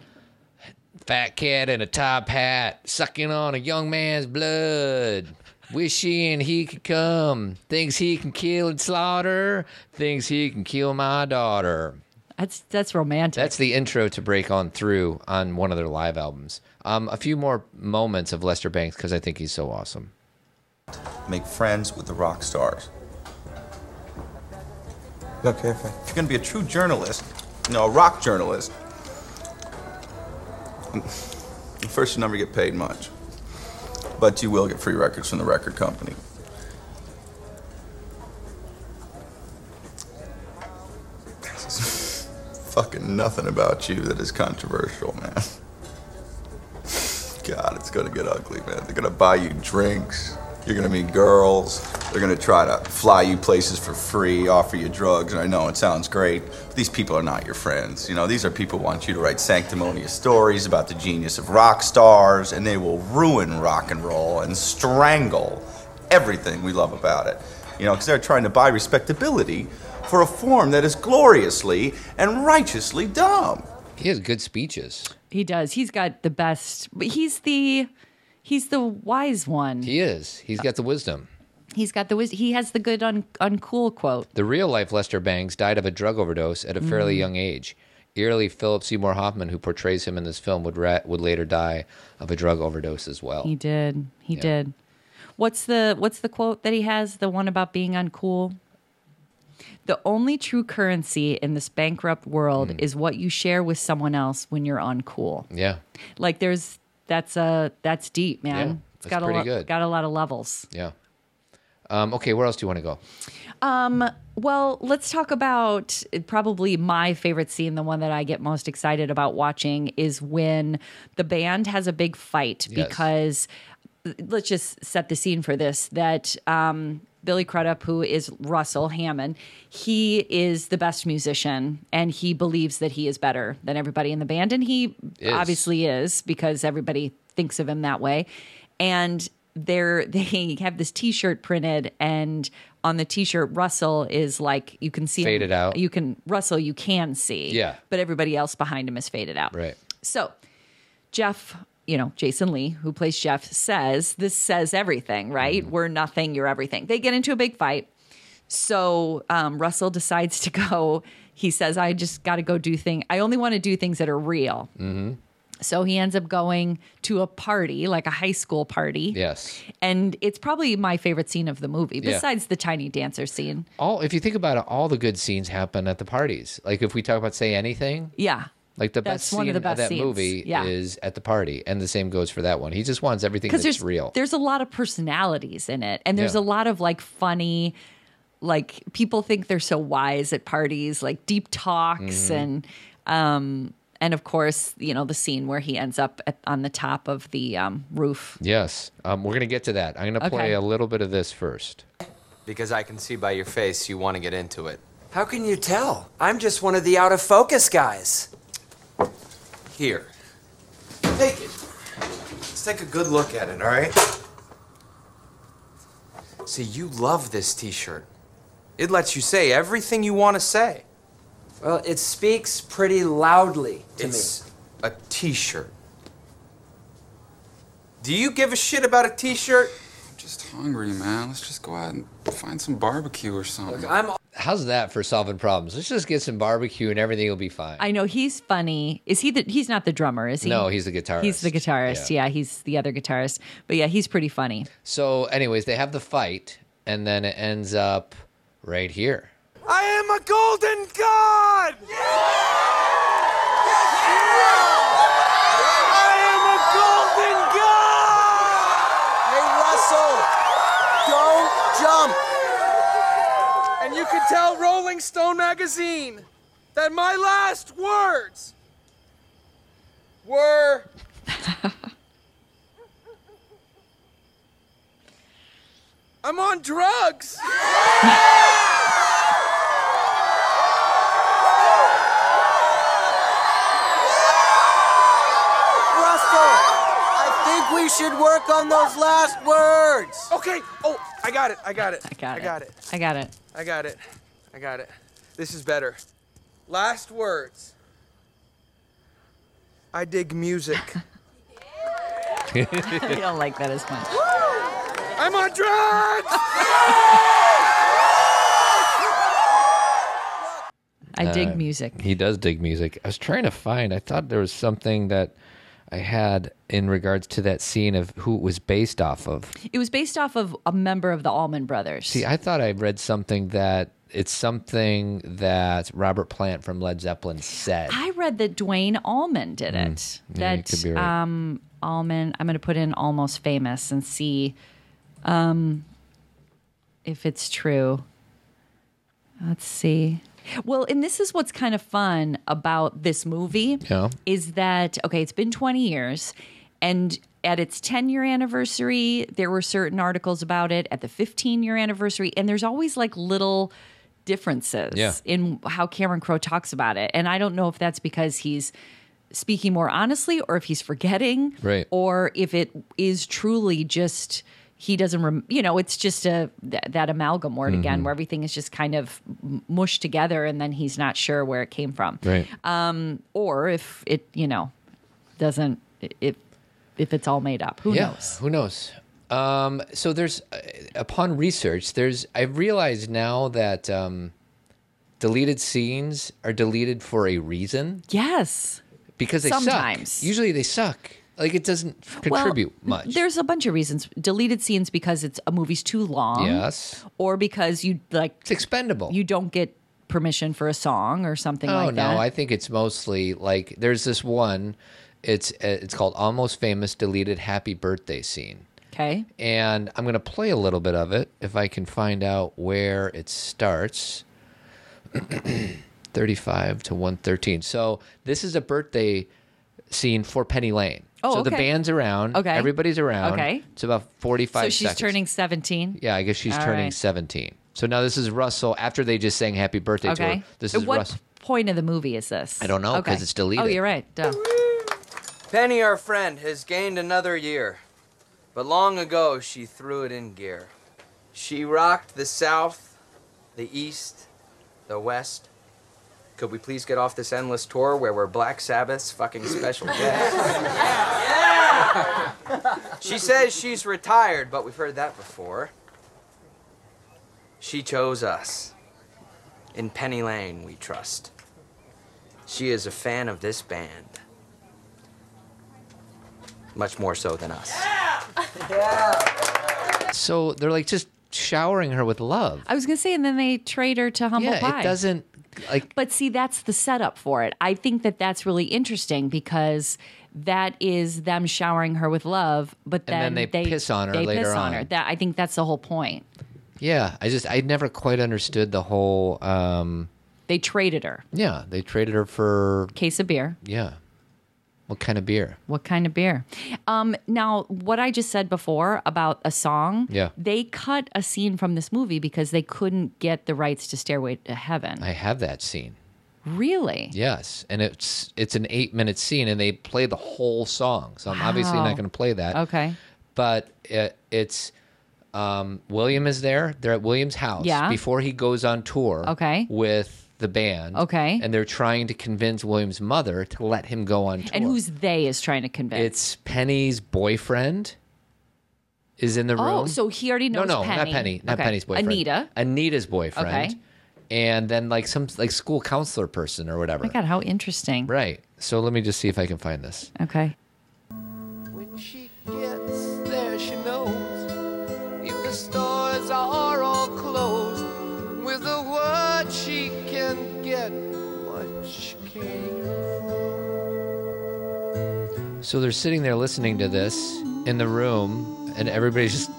Speaker 1: Fat cat in a top hat, sucking on a young man's blood. Wish he and he could come. Thinks he can kill and slaughter. Thinks he can kill my daughter.
Speaker 2: That's that's romantic.
Speaker 1: That's the intro to Break On Through on one of their live albums. Um, a few more moments of Lester Bangs because I think he's so awesome.
Speaker 3: Make friends with the rock stars.
Speaker 14: Look, if
Speaker 3: If you're going to be a true journalist, you know, a rock journalist, first you never get paid much, but you will get free records from the record company. Fucking nothing about you that is controversial, man. God, it's gonna get ugly, man. They're gonna buy you drinks. You're gonna meet girls. They're gonna try to fly you places for free, offer you drugs. And I know it sounds great, but these people are not your friends. You know, these are people who want you to write sanctimonious stories about the genius of rock stars, and they will ruin rock and roll and strangle everything we love about it. You know, because they're trying to buy respectability for a form that is gloriously and righteously dumb.
Speaker 1: He has good speeches.
Speaker 2: He does. He's got the best. But he's the he's the wise one.
Speaker 1: He is. He's got the wisdom.
Speaker 2: He's got the wis- he has the good un, uncool quote.
Speaker 1: The real life Lester Bangs died of a drug overdose at a fairly
Speaker 2: Mm.
Speaker 1: young age. Eerily, Philip Seymour Hoffman, who portrays him in this film, would ra- would later die of a drug overdose as well.
Speaker 2: He did. He did. What's the what's the quote that he has? The one about being uncool. The only true currency in this bankrupt world
Speaker 1: Hmm.
Speaker 2: is what you share with someone else when you're uncool.
Speaker 1: Yeah,
Speaker 2: Like there's that's a that's deep, man.
Speaker 1: Yeah,
Speaker 2: it's
Speaker 1: that's
Speaker 2: got a
Speaker 1: pretty
Speaker 2: lot
Speaker 1: good.
Speaker 2: got a lot of levels.
Speaker 1: yeah. Um, okay, where else do you want to go?
Speaker 2: Um, well, let's talk about probably my favorite scene, the one that I get most excited about watching is when the band has a big fight
Speaker 15: Yes.
Speaker 2: because let's just set the scene for this that um Billy Crudup, who is Russell Hammond, he is the best musician and he believes that he is better than everybody in the band. And he
Speaker 15: Is.
Speaker 2: obviously is because everybody thinks of him that way. And they're they have this T-shirt printed, and on the T-shirt, Russell is like you can see
Speaker 1: Faded out.
Speaker 2: You can Russell, you can see,
Speaker 1: Yeah.
Speaker 2: but everybody else behind him is faded out.
Speaker 1: Right.
Speaker 2: So Jeff, you know, Jason Lee, who plays Jeff, says this says everything,
Speaker 1: Mm-hmm.
Speaker 2: right? We're nothing, you're everything. They get into a big fight. So um, Russell decides to go. He says, I just got to go do thing. I only want to do things that are real.
Speaker 1: Mm-hmm.
Speaker 2: So he ends up going to a party, like a high school party.
Speaker 1: Yes.
Speaker 2: And it's probably my favorite scene of the movie,
Speaker 1: Yeah.
Speaker 2: besides the tiny dancer scene.
Speaker 1: All if you think about it, all the good scenes happen at the parties. Like if we talk about say anything,
Speaker 2: Yeah.
Speaker 1: like the
Speaker 2: That's
Speaker 1: best
Speaker 2: one
Speaker 1: scene
Speaker 2: of the best
Speaker 1: that
Speaker 2: scenes.
Speaker 1: movie
Speaker 2: Yeah.
Speaker 1: is at the party, and the same goes for that one. He just wants everything
Speaker 2: because
Speaker 1: that's
Speaker 2: there's
Speaker 1: real.
Speaker 2: There's a lot of personalities in it, and there's
Speaker 1: Yeah.
Speaker 2: a lot of like funny, like people think they're so wise at parties, like deep talks
Speaker 1: Mhm.
Speaker 2: and um and of course you know the scene where he ends up at, on the top of the um, roof.
Speaker 1: Yes, um, we're gonna get to that. I'm gonna
Speaker 2: Okay.
Speaker 1: play a little bit of this first.
Speaker 14: Because I can see by your face you want to get into it.
Speaker 9: How can you tell? I'm just one of the out of focus guys.
Speaker 14: Here.
Speaker 9: Take it. Let's take a good look at it, all right?
Speaker 14: See, you love this t shirt. It lets you say everything you want to say.
Speaker 9: Well, it speaks pretty loudly to
Speaker 14: it's a t shirt. Do you give a shit about a t shirt?
Speaker 15: Just hungry, man. Let's just go out and find some barbecue or something.
Speaker 1: How's that for solving problems? Let's just get some barbecue and everything will be fine.
Speaker 2: I know he's funny. Is he the? He's not the drummer, is he?
Speaker 1: No, he's the guitarist.
Speaker 2: He's the guitarist. Yeah. he's the other guitarist. But yeah, he's pretty funny.
Speaker 1: So, anyways, they have the fight, and then it ends up right here.
Speaker 9: me. I am a golden god!
Speaker 6: I am a golden god! Hey, Russell, don't jump.
Speaker 9: And you can tell Rolling Stone magazine that my last words were. I'm on drugs!
Speaker 6: Russell, I think we should work on those last words.
Speaker 9: Okay, oh, I got it, I got it. I
Speaker 2: got
Speaker 9: I got it.
Speaker 2: I got it.
Speaker 9: I got it. I got it. This is better. Last words. I dig music.
Speaker 2: I don't like that as much.
Speaker 9: I'm on drugs!
Speaker 2: I
Speaker 1: Uh,
Speaker 2: dig music.
Speaker 1: He does dig music. I was trying to find. I thought there was something that I had in regards to that scene of who it was based off of.
Speaker 2: It was based off of a member of the Allman Brothers.
Speaker 1: See, I thought I read something that it's something that Robert Plant from Led Zeppelin said.
Speaker 2: I read that Dwayne Allman did it.
Speaker 1: Mm. yeah, you
Speaker 2: that
Speaker 1: could be right.
Speaker 2: um, Allman. I'm going to put in almost famous and see um, if it's true. Let's see. Well, and this is what's kind of fun about this movie
Speaker 1: Yeah.
Speaker 2: is that okay? It's been 20 years, and at its 10 year anniversary, there were certain articles about it. At the 15 year anniversary, and there's always like little differences
Speaker 1: Yeah.
Speaker 2: in how Cameron Crowe talks about it. And I don't know if that's because he's speaking more honestly or if he's forgetting
Speaker 1: Right.
Speaker 2: or if it is truly just he doesn't rem- you know it's just a th- that amalgam word again
Speaker 1: Mhm.
Speaker 2: where everything is just kind of m- mushed together and then he's not sure where it came from
Speaker 1: Right.
Speaker 2: um or if it you know doesn't if if it's all made up who
Speaker 1: yeah,
Speaker 2: knows
Speaker 1: Who knows? Um, so there's, uh, upon research, there's. I've realized now that um, deleted scenes are deleted for a reason.
Speaker 2: Yes.
Speaker 1: Because they
Speaker 2: Sometimes.
Speaker 1: suck. Usually they suck. Like it doesn't contribute
Speaker 2: well,
Speaker 1: much.
Speaker 2: There's a bunch of reasons. Deleted scenes because it's a movie's too long.
Speaker 1: Yes.
Speaker 2: Or because you like it's
Speaker 1: expendable.
Speaker 2: You don't get permission for a song or something
Speaker 1: oh
Speaker 2: like
Speaker 1: no,
Speaker 2: that.
Speaker 1: I think it's mostly like there's this one. It's uh, it's called almost famous deleted happy birthday scene.
Speaker 2: okay.
Speaker 1: and I'm going to play a little bit of it if I can find out where it starts. 35 to 113. So this is a birthday scene for Penny Lane.
Speaker 2: Oh,
Speaker 1: so the
Speaker 2: okay.
Speaker 1: band's around.
Speaker 2: Okay.
Speaker 1: Everybody's around.
Speaker 2: Okay.
Speaker 1: It's about 45
Speaker 2: So she's
Speaker 1: seconds.
Speaker 2: turning 17.
Speaker 1: Yeah, I guess she's
Speaker 2: All
Speaker 1: turning
Speaker 2: right.
Speaker 1: 17. So now this is Russell after they just sang happy birthday to her.
Speaker 2: Okay.
Speaker 1: This
Speaker 2: At
Speaker 1: is
Speaker 2: what
Speaker 1: Russell.
Speaker 2: point of the movie is this?
Speaker 1: I don't know, 'cause it's deleted.
Speaker 2: Oh, you're right. Duh.
Speaker 9: Penny, our friend, has gained another year.
Speaker 16: But long ago, she threw it in gear. She rocked the South, the East, the West. Could we please get off this endless tour where we're Black Sabbath's fucking special guest? she says she's retired, but we've heard that before. She chose us. In Penny Lane, we trust. She is a fan of this band. Much more so than us.
Speaker 1: So they're like just showering her with love.
Speaker 2: I was gonna say, and then they trade her to humble
Speaker 1: Yeah, it
Speaker 2: pie.
Speaker 1: doesn't, like.
Speaker 2: But see, that's the setup for it. I think that that's really interesting because that is them showering her with love, but
Speaker 1: And then
Speaker 2: then,
Speaker 1: they piss on her
Speaker 2: they
Speaker 1: later
Speaker 2: piss on.
Speaker 1: on.
Speaker 2: her. That I think that's the whole point.
Speaker 1: Yeah, I just I never quite understood the whole. um
Speaker 2: They traded her.
Speaker 1: Yeah, they traded her for
Speaker 2: Case of beer.
Speaker 1: yeah. What kind of beer?
Speaker 2: What kind of beer? Um, now, what I just said before about a song,
Speaker 1: Yeah.
Speaker 2: they cut a scene from this movie because they couldn't get the rights to Stairway to Heaven.
Speaker 1: I have that scene.
Speaker 2: really?
Speaker 1: Yes, and it's it's an eight minute scene, and they play the whole song. So I'm obviously
Speaker 2: Wow.
Speaker 1: not going to play that.
Speaker 2: Okay.
Speaker 1: but it, it's um, William is there. They're at William's house
Speaker 2: Yeah.
Speaker 1: before he goes on tour.
Speaker 2: Okay.
Speaker 1: with the band.
Speaker 2: Okay.
Speaker 1: and they're trying to convince William's mother to let him go on tour.
Speaker 2: And who's they is trying to convince.
Speaker 1: it's Penny's boyfriend is in the room.
Speaker 2: Oh, so he already knows
Speaker 1: No, no, not
Speaker 2: Penny.
Speaker 1: Penny, not
Speaker 2: Okay.
Speaker 1: Penny's boyfriend.
Speaker 2: Anita.
Speaker 1: Anita's boyfriend.
Speaker 2: Okay.
Speaker 1: And then like some like school counselor person or whatever.
Speaker 2: Oh my God, how interesting.
Speaker 1: Right. So let me just see if I can find this.
Speaker 2: Okay.
Speaker 17: When she gets there, she knows if the stores are all closed. With a word, she can get what she came
Speaker 1: So they're sitting there listening to this in the room, and everybody's just,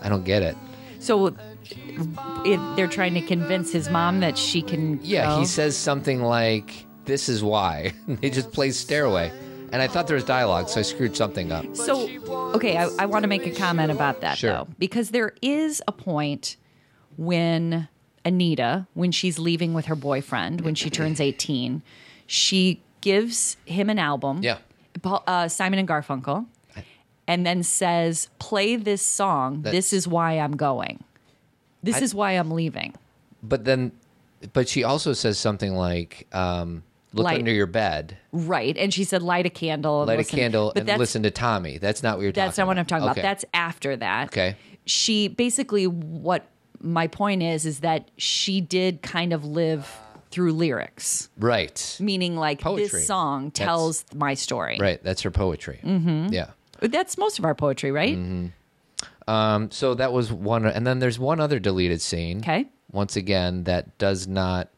Speaker 1: I don't get it.
Speaker 2: So it, they're trying to convince his mom that she can.
Speaker 1: Yeah,
Speaker 2: go.
Speaker 1: he says something like, "This is why." they just play "Stairway," and I thought there was dialogue, so I screwed something up.
Speaker 2: So, okay, I, I want to make a comment about that
Speaker 1: Sure.
Speaker 2: though, because there is a point when Anita, when she's leaving with her boyfriend, when she turns 18, she gives him an album, yeah, Paul, uh, Simon and Garfunkel, and then says, "Play this song. this
Speaker 1: That's-
Speaker 2: is why I'm going. This
Speaker 1: I-
Speaker 2: is why I'm leaving."
Speaker 1: But then, but she also says something like, um, "Look
Speaker 2: Light-
Speaker 1: under your bed,
Speaker 2: Right, and she said, "Light a candle, and
Speaker 1: light
Speaker 2: listen."
Speaker 1: a candle,
Speaker 2: But
Speaker 1: and
Speaker 2: that's-
Speaker 1: listen to Tommy." That's not what you're
Speaker 2: That's not
Speaker 1: talking.
Speaker 2: what I'm talking
Speaker 1: Okay.
Speaker 2: about. That's after that.
Speaker 1: Okay.
Speaker 2: She basically what my point is is that she did kind of live through lyrics,
Speaker 1: Right.
Speaker 2: meaning like
Speaker 1: Poetry.
Speaker 2: this song
Speaker 1: That's-
Speaker 2: tells my story.
Speaker 1: Right. That's her poetry.
Speaker 2: Mhm.
Speaker 1: Yeah.
Speaker 2: That's most of our poetry, right?
Speaker 1: Mhm. Um, so that was one, and then there's one other deleted scene.
Speaker 2: Okay.
Speaker 1: Once again, that does not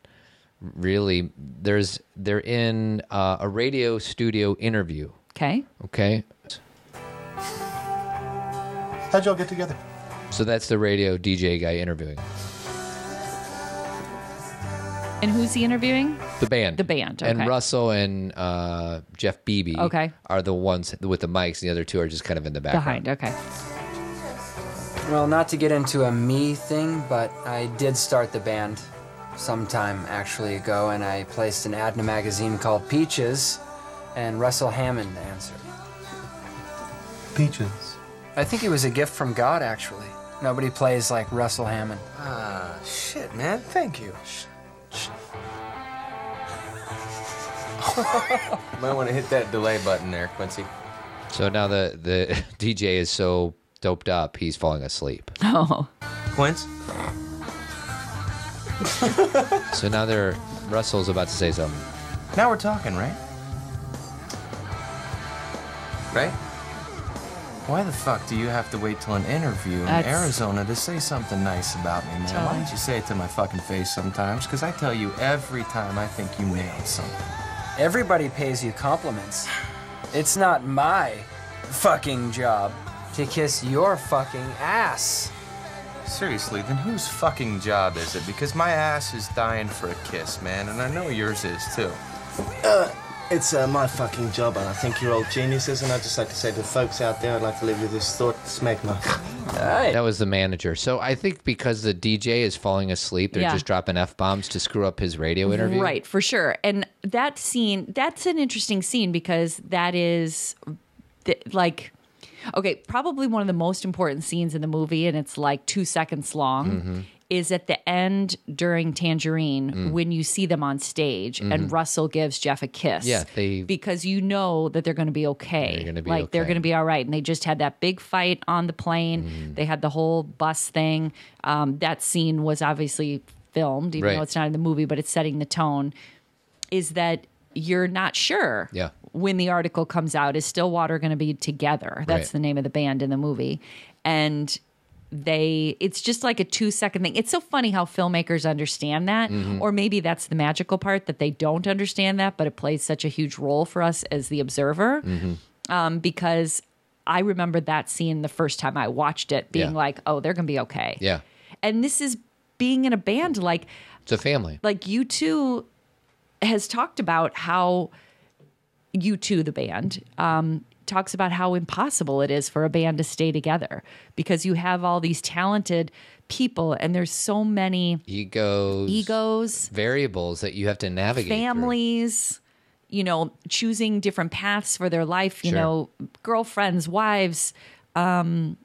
Speaker 1: really. There's they're in uh, a radio studio interview.
Speaker 2: Okay.
Speaker 1: Okay.
Speaker 18: How'd y'all get together?
Speaker 1: So that's the radio DJ guy interviewing
Speaker 2: And who's he interviewing?
Speaker 1: the band.
Speaker 2: The band,
Speaker 1: And
Speaker 2: okay.
Speaker 1: Russell and uh, Jeff Beebe.
Speaker 2: Okay.
Speaker 1: Are the ones with the mics. The other two are just kind of in the background.
Speaker 2: Behind. Okay.
Speaker 19: Well, not to get into a me thing, but I did start the band some time actually ago, and I placed an ad in a magazine called Peaches, and Russell Hammond answered.
Speaker 18: Peaches.
Speaker 19: I think it was a gift from God, actually. Nobody plays like Russell Hammond.
Speaker 14: Ah, shit, man. Thank you. Might want to hit that delay button there, Quincy.
Speaker 1: So now the the DJ is so doped up, he's falling asleep.
Speaker 2: Oh.
Speaker 14: Quince.
Speaker 1: So now they're Russell's about to say something.
Speaker 14: Now we're talking, right? Right? Why the fuck do you have to wait till an interview in
Speaker 2: That's-
Speaker 14: Arizona to say something nice about me, man? Why
Speaker 2: Totally.
Speaker 14: don't you say it to my fucking face sometimes? Because I tell you every time I think you nailed something.
Speaker 19: Everybody pays you compliments. It's not my fucking job to kiss your fucking ass.
Speaker 14: Seriously, then whose fucking job is it? Because my ass is dying for a kiss, man, and I know yours is too.
Speaker 18: Uh, it's uh, my fucking job, and I think you're all geniuses, and I'd just like to say to the folks out there, I'd like to leave you with this thought, smegma.
Speaker 1: That was the manager. So I think because the DJ is falling asleep, they're
Speaker 2: Yeah.
Speaker 1: just dropping f bombs to screw up his radio interview.
Speaker 2: Right, for sure. And that scene, that's an interesting scene because that is th- like Okay, probably one of the most important scenes in the movie, and it's like two seconds long,
Speaker 20: Mhm.
Speaker 2: is at the end during Tangerine
Speaker 1: Mm-hmm. Mm.
Speaker 2: when you see them on stage and
Speaker 1: Mhm.
Speaker 2: Russell gives Jeff a kiss.
Speaker 1: Yeah, they-
Speaker 2: because you know that they're going to be okay. They're going
Speaker 1: be
Speaker 2: like they're
Speaker 1: okay.
Speaker 2: going to be all right. And they just had that big fight on the plane.
Speaker 1: Mm-hmm.
Speaker 2: They had the whole bus thing. Um, that scene was obviously filmed, even
Speaker 1: Right.
Speaker 2: though it's not in the movie, but it's setting the tone. Is that you're not sure
Speaker 1: Yeah.
Speaker 2: when the article comes out is stillwater going to be together that's
Speaker 1: Right.
Speaker 2: the name of the band in the movie and they it's just like a two second thing it's so funny how filmmakers understand that
Speaker 1: Mm-hmm.
Speaker 20: Mhm.
Speaker 2: or maybe that's the magical part that they don't understand that but it plays such a huge role for us as the observer
Speaker 1: Mm-hmm.
Speaker 2: um, because i remember that scene the first time i watched it being
Speaker 1: Yeah.
Speaker 2: like oh they're going to be okay
Speaker 1: Yeah.
Speaker 2: and this is being in a band like
Speaker 1: It's a family.
Speaker 2: like you two has talked about how you two the band um talks about how impossible it is for a band to stay together because you have all these talented people and there's so many
Speaker 1: Egos.
Speaker 2: egos
Speaker 1: Variables that you have to navigate. through.
Speaker 2: families you know choosing different paths for their life you
Speaker 1: Sure.
Speaker 2: know girlfriends wives um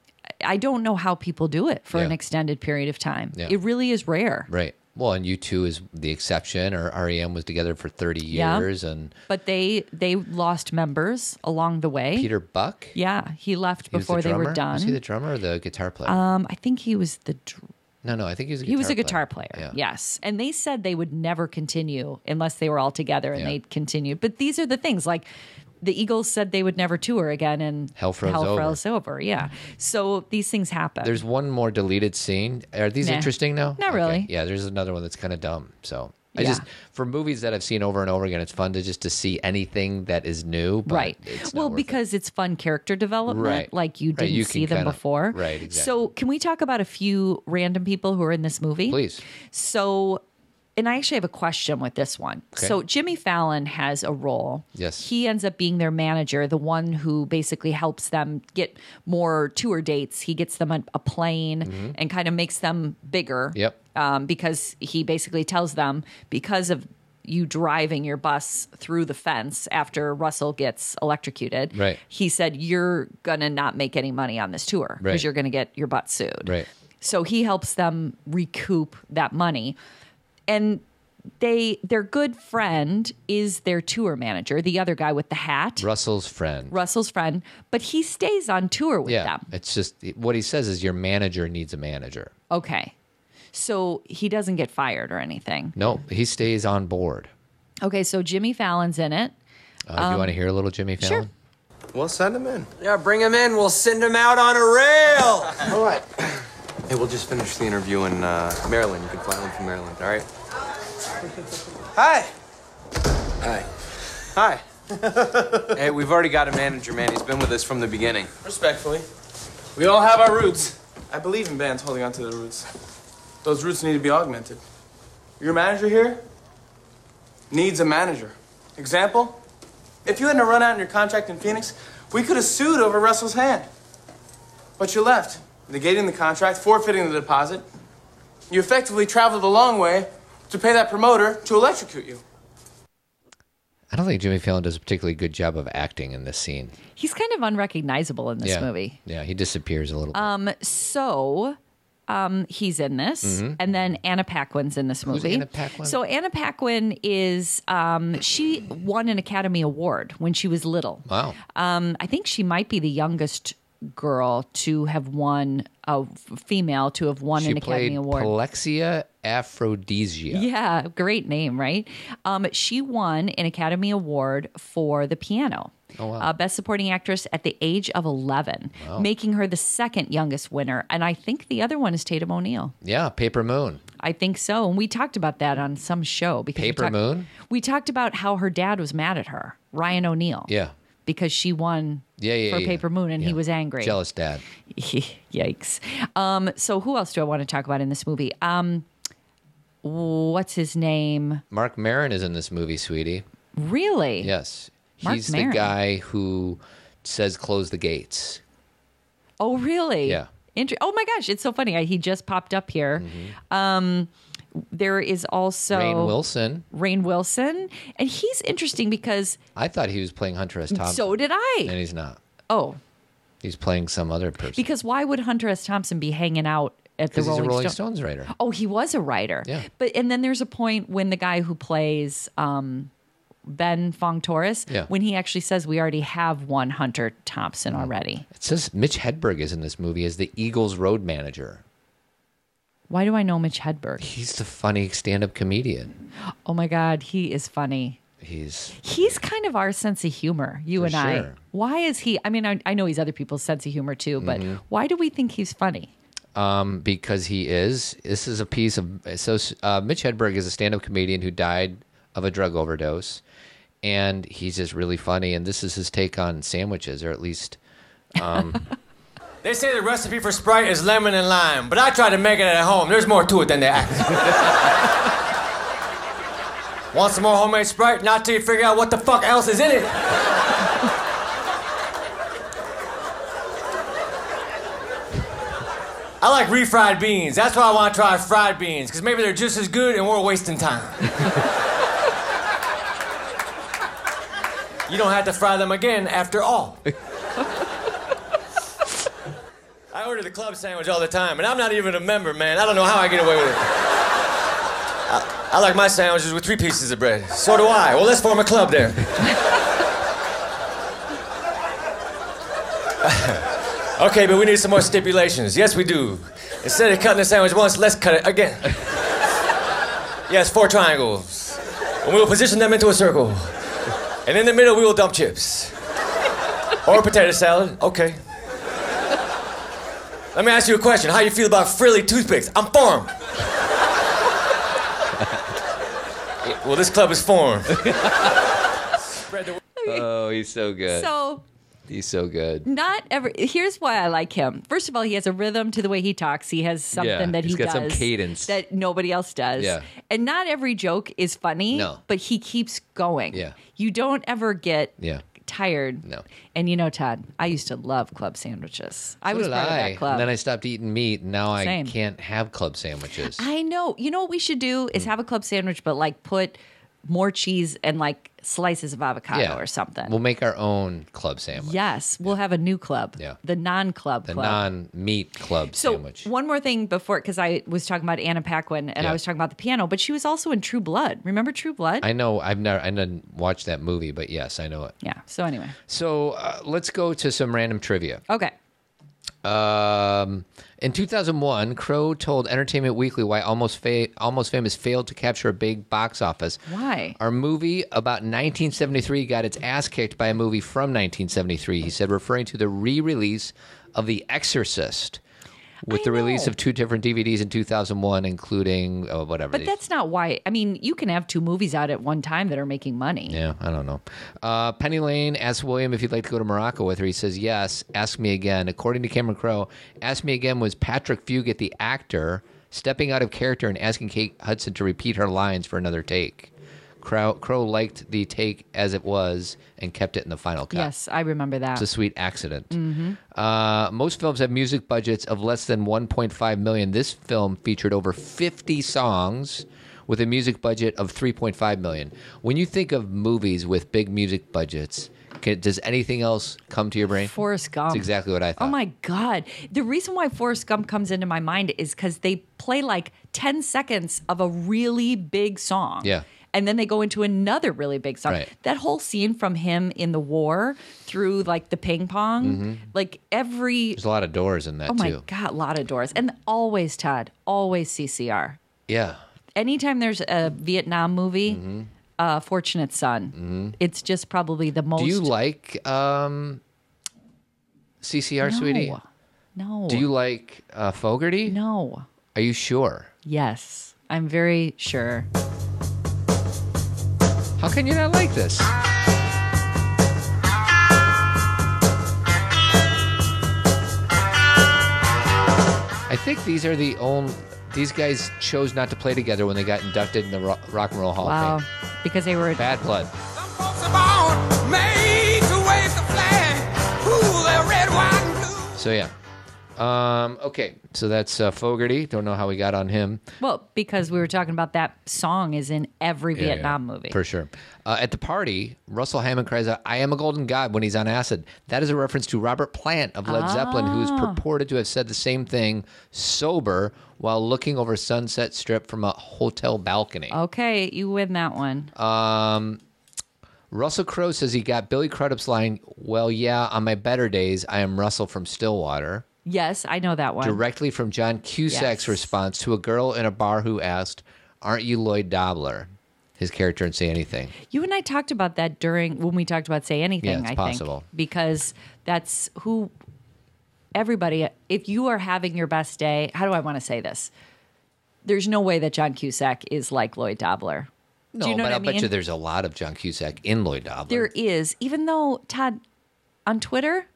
Speaker 2: i don't know how people do it for
Speaker 1: Yeah.
Speaker 2: an extended period of time
Speaker 1: Yeah.
Speaker 2: it really is rare
Speaker 1: Right. Well, and U2 is the exception, or REM was together for 30
Speaker 2: Yeah.
Speaker 1: years, and
Speaker 2: but they they lost members along the way
Speaker 1: Peter Buck.
Speaker 2: yeah he left
Speaker 1: He was the
Speaker 2: before they were
Speaker 1: drummer?
Speaker 2: done
Speaker 1: Was he the drummer or the guitar player?
Speaker 2: um i think he was the dr-
Speaker 1: no, no, I think he was. A
Speaker 2: he was a guitar
Speaker 1: guitar
Speaker 2: player,
Speaker 1: Yeah.
Speaker 2: yes and they said they would never continue unless they were all together and
Speaker 1: Yeah.
Speaker 2: they continued but these are the things like the eagles said they would never tour again and
Speaker 1: Hell Froze
Speaker 2: hell
Speaker 1: Over.
Speaker 2: froze over yeah so these things happen
Speaker 1: There's one more deleted scene. Are these
Speaker 2: Nah.
Speaker 1: interesting now?
Speaker 2: Not really.
Speaker 1: Yeah, there's another one that's kind of dumb. So I
Speaker 2: Yeah.
Speaker 1: just for movies that I've seen over and over again, it's fun to just to see anything that is new. But
Speaker 2: right
Speaker 1: It's
Speaker 2: well
Speaker 1: not worth it.
Speaker 2: because it's fun character development
Speaker 1: Right.
Speaker 2: like you
Speaker 1: Right,
Speaker 2: didn't
Speaker 1: you
Speaker 2: see
Speaker 1: can
Speaker 2: them
Speaker 1: kinda-
Speaker 2: before
Speaker 1: right, exactly.
Speaker 2: so can we talk about a few random people who are in this movie
Speaker 1: Please.
Speaker 2: so and i actually have a question with this one
Speaker 1: Okay.
Speaker 2: so jimmy fallon has a role
Speaker 1: Yes.
Speaker 2: he ends up being their manager the one who basically helps them get more tour dates he gets them a, a plane
Speaker 1: Mhm.
Speaker 2: and kind of makes them bigger
Speaker 1: Yep.
Speaker 2: um, because he basically tells them because of you driving your bus through the fence after Russell gets electrocuted,
Speaker 1: Right.
Speaker 2: he said, You're gonna not make any money on this tour because
Speaker 1: Right.
Speaker 2: you're gonna get your butt sued.
Speaker 1: right.
Speaker 2: So he helps them recoup that money. And they their good friend is their tour manager, the other guy with the hat,
Speaker 1: Russell's friend.
Speaker 2: Russell's friend, but he stays on tour with
Speaker 1: yeah,
Speaker 2: them.
Speaker 1: it's just what he says is your manager needs a manager.
Speaker 2: Okay. So he doesn't get fired or anything.
Speaker 1: No, he stays on board.
Speaker 2: Okay, so Jimmy Fallon's in it.
Speaker 1: Uh,
Speaker 2: Um,
Speaker 1: you want to hear a little Jimmy Fallon?
Speaker 14: We'll send him in.
Speaker 9: Yeah, bring him in. We'll send him out on a rail.
Speaker 14: All right. Hey, we'll just finish the interview in uh, Maryland. You can fly home from Maryland, all right?
Speaker 9: Hi.
Speaker 14: Hi. Hi. hey, we've already got a manager, man. He's been with us from the beginning.
Speaker 4: Respectfully, we all have our roots. I believe in bands holding on to their roots. Those roots need to be augmented. Your manager here needs a manager. Example, if you hadn't run out in your contract in Phoenix, we could have sued over Russell's hand. But you left, negating the contract, forfeiting the deposit. You effectively traveled a long way to pay that promoter to electrocute you.
Speaker 1: I don't think Jimmy Fallon does a particularly good job of acting in this scene.
Speaker 2: He's kind of unrecognizable in this
Speaker 1: yeah.
Speaker 2: movie.
Speaker 1: Yeah, he disappears a little.
Speaker 2: Um, so um, he's in this,
Speaker 1: Mhm.
Speaker 2: and then Anna Paquin's in this movie.
Speaker 1: Anna Paquin?
Speaker 2: So Anna Paquin is um, she won an Academy Award when she was little.
Speaker 1: Wow.
Speaker 2: Um, I think she might be the youngest girl to have won a female to have won
Speaker 1: she
Speaker 2: an
Speaker 1: played
Speaker 2: Academy Award.
Speaker 1: Polexia Aphrodisia.
Speaker 2: Yeah, great name, right? Um, she won an Academy Award for the piano.
Speaker 1: Oh, wow.
Speaker 2: Uh, Best Supporting Actress at the age of 11,
Speaker 1: Wow.
Speaker 2: making her the second youngest winner. And I think the other one is Tatum O'Neill.
Speaker 1: Yeah, Paper Moon.
Speaker 2: I think so. And we talked about that on some show. Because we
Speaker 1: Paper
Speaker 2: talked-
Speaker 1: Moon?
Speaker 2: We talked about how her dad was mad at her, Ryan O'Neill,
Speaker 1: Yeah.
Speaker 2: because she won
Speaker 1: Yeah, yeah,
Speaker 2: for
Speaker 1: yeah.
Speaker 2: Paper Moon and he was angry.
Speaker 1: Jealous dad.
Speaker 2: Yikes. Um, so who else do I want to talk about in this movie? Um, what's his name?
Speaker 1: Mark Maron is in this movie, sweetie.
Speaker 2: Really?
Speaker 1: Yes.
Speaker 2: Mark
Speaker 1: He's
Speaker 2: Maron.
Speaker 1: the guy who says close the gates.
Speaker 2: Oh, really?
Speaker 1: Yeah.
Speaker 2: Inter- oh my gosh, it's so funny. I, he just popped up here. Um, there is also
Speaker 1: Mm-hmm. Rainn Wilson.
Speaker 2: Rain Wilson, and he's interesting because
Speaker 1: I thought Um, he was playing Hunter S. Thompson.
Speaker 2: so did I.
Speaker 1: And he's not.
Speaker 2: oh,
Speaker 1: He's playing some other person.
Speaker 2: Because why would Hunter S. Thompson be hanging out at the
Speaker 1: 'Cause he's a
Speaker 2: Rolling,
Speaker 1: Rolling
Speaker 2: Stone-
Speaker 1: Stones writer.
Speaker 2: Oh, he was a writer.
Speaker 1: Yeah.
Speaker 2: But and then there's a point when the guy who plays um, Ben Fong Torres,
Speaker 1: Yeah. Oh.
Speaker 2: when he actually says we already have one Hunter Thompson already.
Speaker 1: It says Mitch Hedberg is in this movie as the Eagles road manager.
Speaker 2: Why do I know Mitch Hedberg?
Speaker 1: He's the funny stand-up comedian.
Speaker 2: Oh my God, he is funny.
Speaker 1: He's
Speaker 2: He's kind of our sense of humor, you
Speaker 1: For
Speaker 2: and I.
Speaker 1: sure.
Speaker 2: Why is he? I mean, I, I know he's other people's sense of humor too, but
Speaker 1: Mhm.
Speaker 2: why do we think he's funny?
Speaker 1: um, because he is. This is a piece of so uh, Mitch Hedberg is a stand-up comedian who died of a drug overdose, and he's just really funny. And this is his take on sandwiches, or at least. Um,
Speaker 20: They say the recipe for Sprite is lemon and lime, but I tried to make it at home. There's more to it than that. Want some more homemade Sprite? Not till you figure out what the fuck else is in it. I like refried beans. That's why I want to try fried beans, because maybe they're just as good and we're wasting time. you don't have to fry them again after all. I order the club sandwich all the time, and I'm not even a member, man. I don't know how I get away with it. I, I like my sandwiches with three pieces of bread. So do I. Well, let's form a club there. okay, but we need some more stipulations. Yes, we do. Instead of cutting the sandwich once, let's cut it again. yes, four triangles. And we will position them into a circle. And in the middle, we will dump chips. Or potato salad. Okay. Let me ask you a question. How you feel about frilly toothpicks? I'm for 'em. Yeah, well, this club is for 'em.
Speaker 1: oh, he's so good.
Speaker 2: So
Speaker 1: he's so good.
Speaker 2: not every. Here's why I like him. First of all, he has a rhythm to the way he talks. He has something
Speaker 1: Yeah,
Speaker 2: that
Speaker 1: he's
Speaker 2: he
Speaker 1: got
Speaker 2: does
Speaker 1: some cadence.
Speaker 2: that nobody else does.
Speaker 1: Yeah.
Speaker 2: And not every joke is funny.
Speaker 1: No.
Speaker 2: But he keeps going.
Speaker 1: Yeah.
Speaker 2: You don't ever get
Speaker 1: Yeah.
Speaker 2: tired. No. And you know, Todd, I used to love club sandwiches. I
Speaker 1: So
Speaker 2: was
Speaker 1: did
Speaker 2: part of
Speaker 1: I.
Speaker 2: that club.
Speaker 1: And then I stopped eating meat, and now
Speaker 2: Same.
Speaker 1: I can't have club sandwiches.
Speaker 2: I know. You know what we should do
Speaker 1: Hmm.
Speaker 2: is have a club sandwich, but like put more cheese and like slices of avocado
Speaker 1: Yeah.
Speaker 2: or something.
Speaker 1: We'll make our own club sandwich,
Speaker 2: yes, we'll have a new club. Yeah. The non club
Speaker 1: the
Speaker 2: club.
Speaker 1: non-meat club
Speaker 2: so
Speaker 1: sandwich.
Speaker 2: one more thing before, because I was talking about Anna Paquin and
Speaker 1: Yeah.
Speaker 2: I was talking about the piano, but she was also in True Blood. Remember True Blood?
Speaker 1: I know. I've never. I didn't watch that movie, but yes, I know it.
Speaker 2: yeah. So anyway,
Speaker 1: So uh, let's go to some random trivia.
Speaker 2: okay.
Speaker 1: Um, in 2001, Crow told Entertainment Weekly why Almost Fa- Almost Famous failed to capture a big box office.
Speaker 2: Why?
Speaker 1: Our movie about 1973 got its ass kicked by a movie from 1973. He said, referring to the re-release of The Exorcist, with the release of two different DVDs in 2001, including uh, whatever.
Speaker 2: But
Speaker 1: they-
Speaker 2: that's not why. I mean, you can have two movies out at one time that are making money.
Speaker 1: Yeah, I don't know. Uh, Penny Lane asks William if he'd like to go to Morocco with her. He says yes. Ask me again. According to Cameron Crowe, "Ask Me Again" was Patrick Fugit, the actor, stepping out of character and asking Kate Hudson to repeat her lines for another take. Crow, Crow liked the take as it was and kept it in the final cut.
Speaker 2: Yes, I remember that.
Speaker 1: It's a sweet accident.
Speaker 2: Mhm.
Speaker 1: Uh, most films have music budgets of less than 1.5 million. This film featured over 50 songs with a music budget of 3.5 million. When you think of movies with big music budgets, can, does anything else come to your brain?
Speaker 2: Forrest Gump.
Speaker 1: That's exactly what I thought.
Speaker 2: Oh my God. The reason why Forrest Gump comes into my mind is because they play like 10 seconds of a really big song.
Speaker 1: Yeah.
Speaker 2: And then they go into another really big song.
Speaker 1: Right.
Speaker 2: That whole scene from him in the war through like the ping pong,
Speaker 1: Mhm.
Speaker 2: like every.
Speaker 1: There's a lot of doors in that
Speaker 2: oh my
Speaker 1: too.
Speaker 2: God, a lot of doors. And always, Todd, always CCR.
Speaker 1: Yeah.
Speaker 2: Anytime there's a Vietnam movie,
Speaker 1: Mm-hmm.
Speaker 2: uh, Fortunate Son, it's just probably the most.
Speaker 1: Do you like um, CCR,
Speaker 2: No.
Speaker 1: sweetie?
Speaker 2: No.
Speaker 1: Do you like uh, Fogarty?
Speaker 2: No.
Speaker 1: Are you sure?
Speaker 2: Yes, I'm very sure.
Speaker 1: How can you not like this? I think these are the only. These guys chose not to play together when they got inducted in the Ro- Rock and Roll Hall
Speaker 2: Wow.
Speaker 1: of Fame.
Speaker 2: Because they were
Speaker 1: Bad blood.
Speaker 9: Made to wave the flag. Ooh, they're red, white, and
Speaker 1: So yeah, Um, okay, so that's uh, Fogarty. Don't know how we got on him.
Speaker 2: Well, because we were talking about that song is in every
Speaker 1: Yeah, yeah,
Speaker 2: Vietnam movie.
Speaker 1: For sure. Uh, at the party, Russell Hammond cries out, I am a golden god when he's on acid. That is a reference to Robert Plant of Led Zeppelin, who is
Speaker 2: Ah.
Speaker 1: purported to have said the same thing sober while looking over Sunset Strip from a hotel balcony.
Speaker 2: Okay, you win that one.
Speaker 1: Um, Russell Crowe says he got Billy Crudup's line, Well, yeah, on my better days, I am Russell from Stillwater.
Speaker 2: Yes, I know that one.
Speaker 1: Directly from John Cusack's
Speaker 2: Yes.
Speaker 1: response to a girl in a bar who asked, Aren't you Lloyd Dobler? His character didn't say anything.
Speaker 2: You and I talked about that during when we talked about say anything.
Speaker 1: Yeah, it's
Speaker 2: I
Speaker 1: possible.
Speaker 2: think because that's who everybody. If you are having your best day, how do I want to say this? There's no way that John Cusack is like Lloyd Dobler.
Speaker 1: No,
Speaker 2: do you
Speaker 1: but
Speaker 2: know what
Speaker 1: I'll
Speaker 2: I mean?
Speaker 1: bet you there's a lot of John Cusack in Lloyd Dobler.
Speaker 2: There is, even though Todd on Twitter,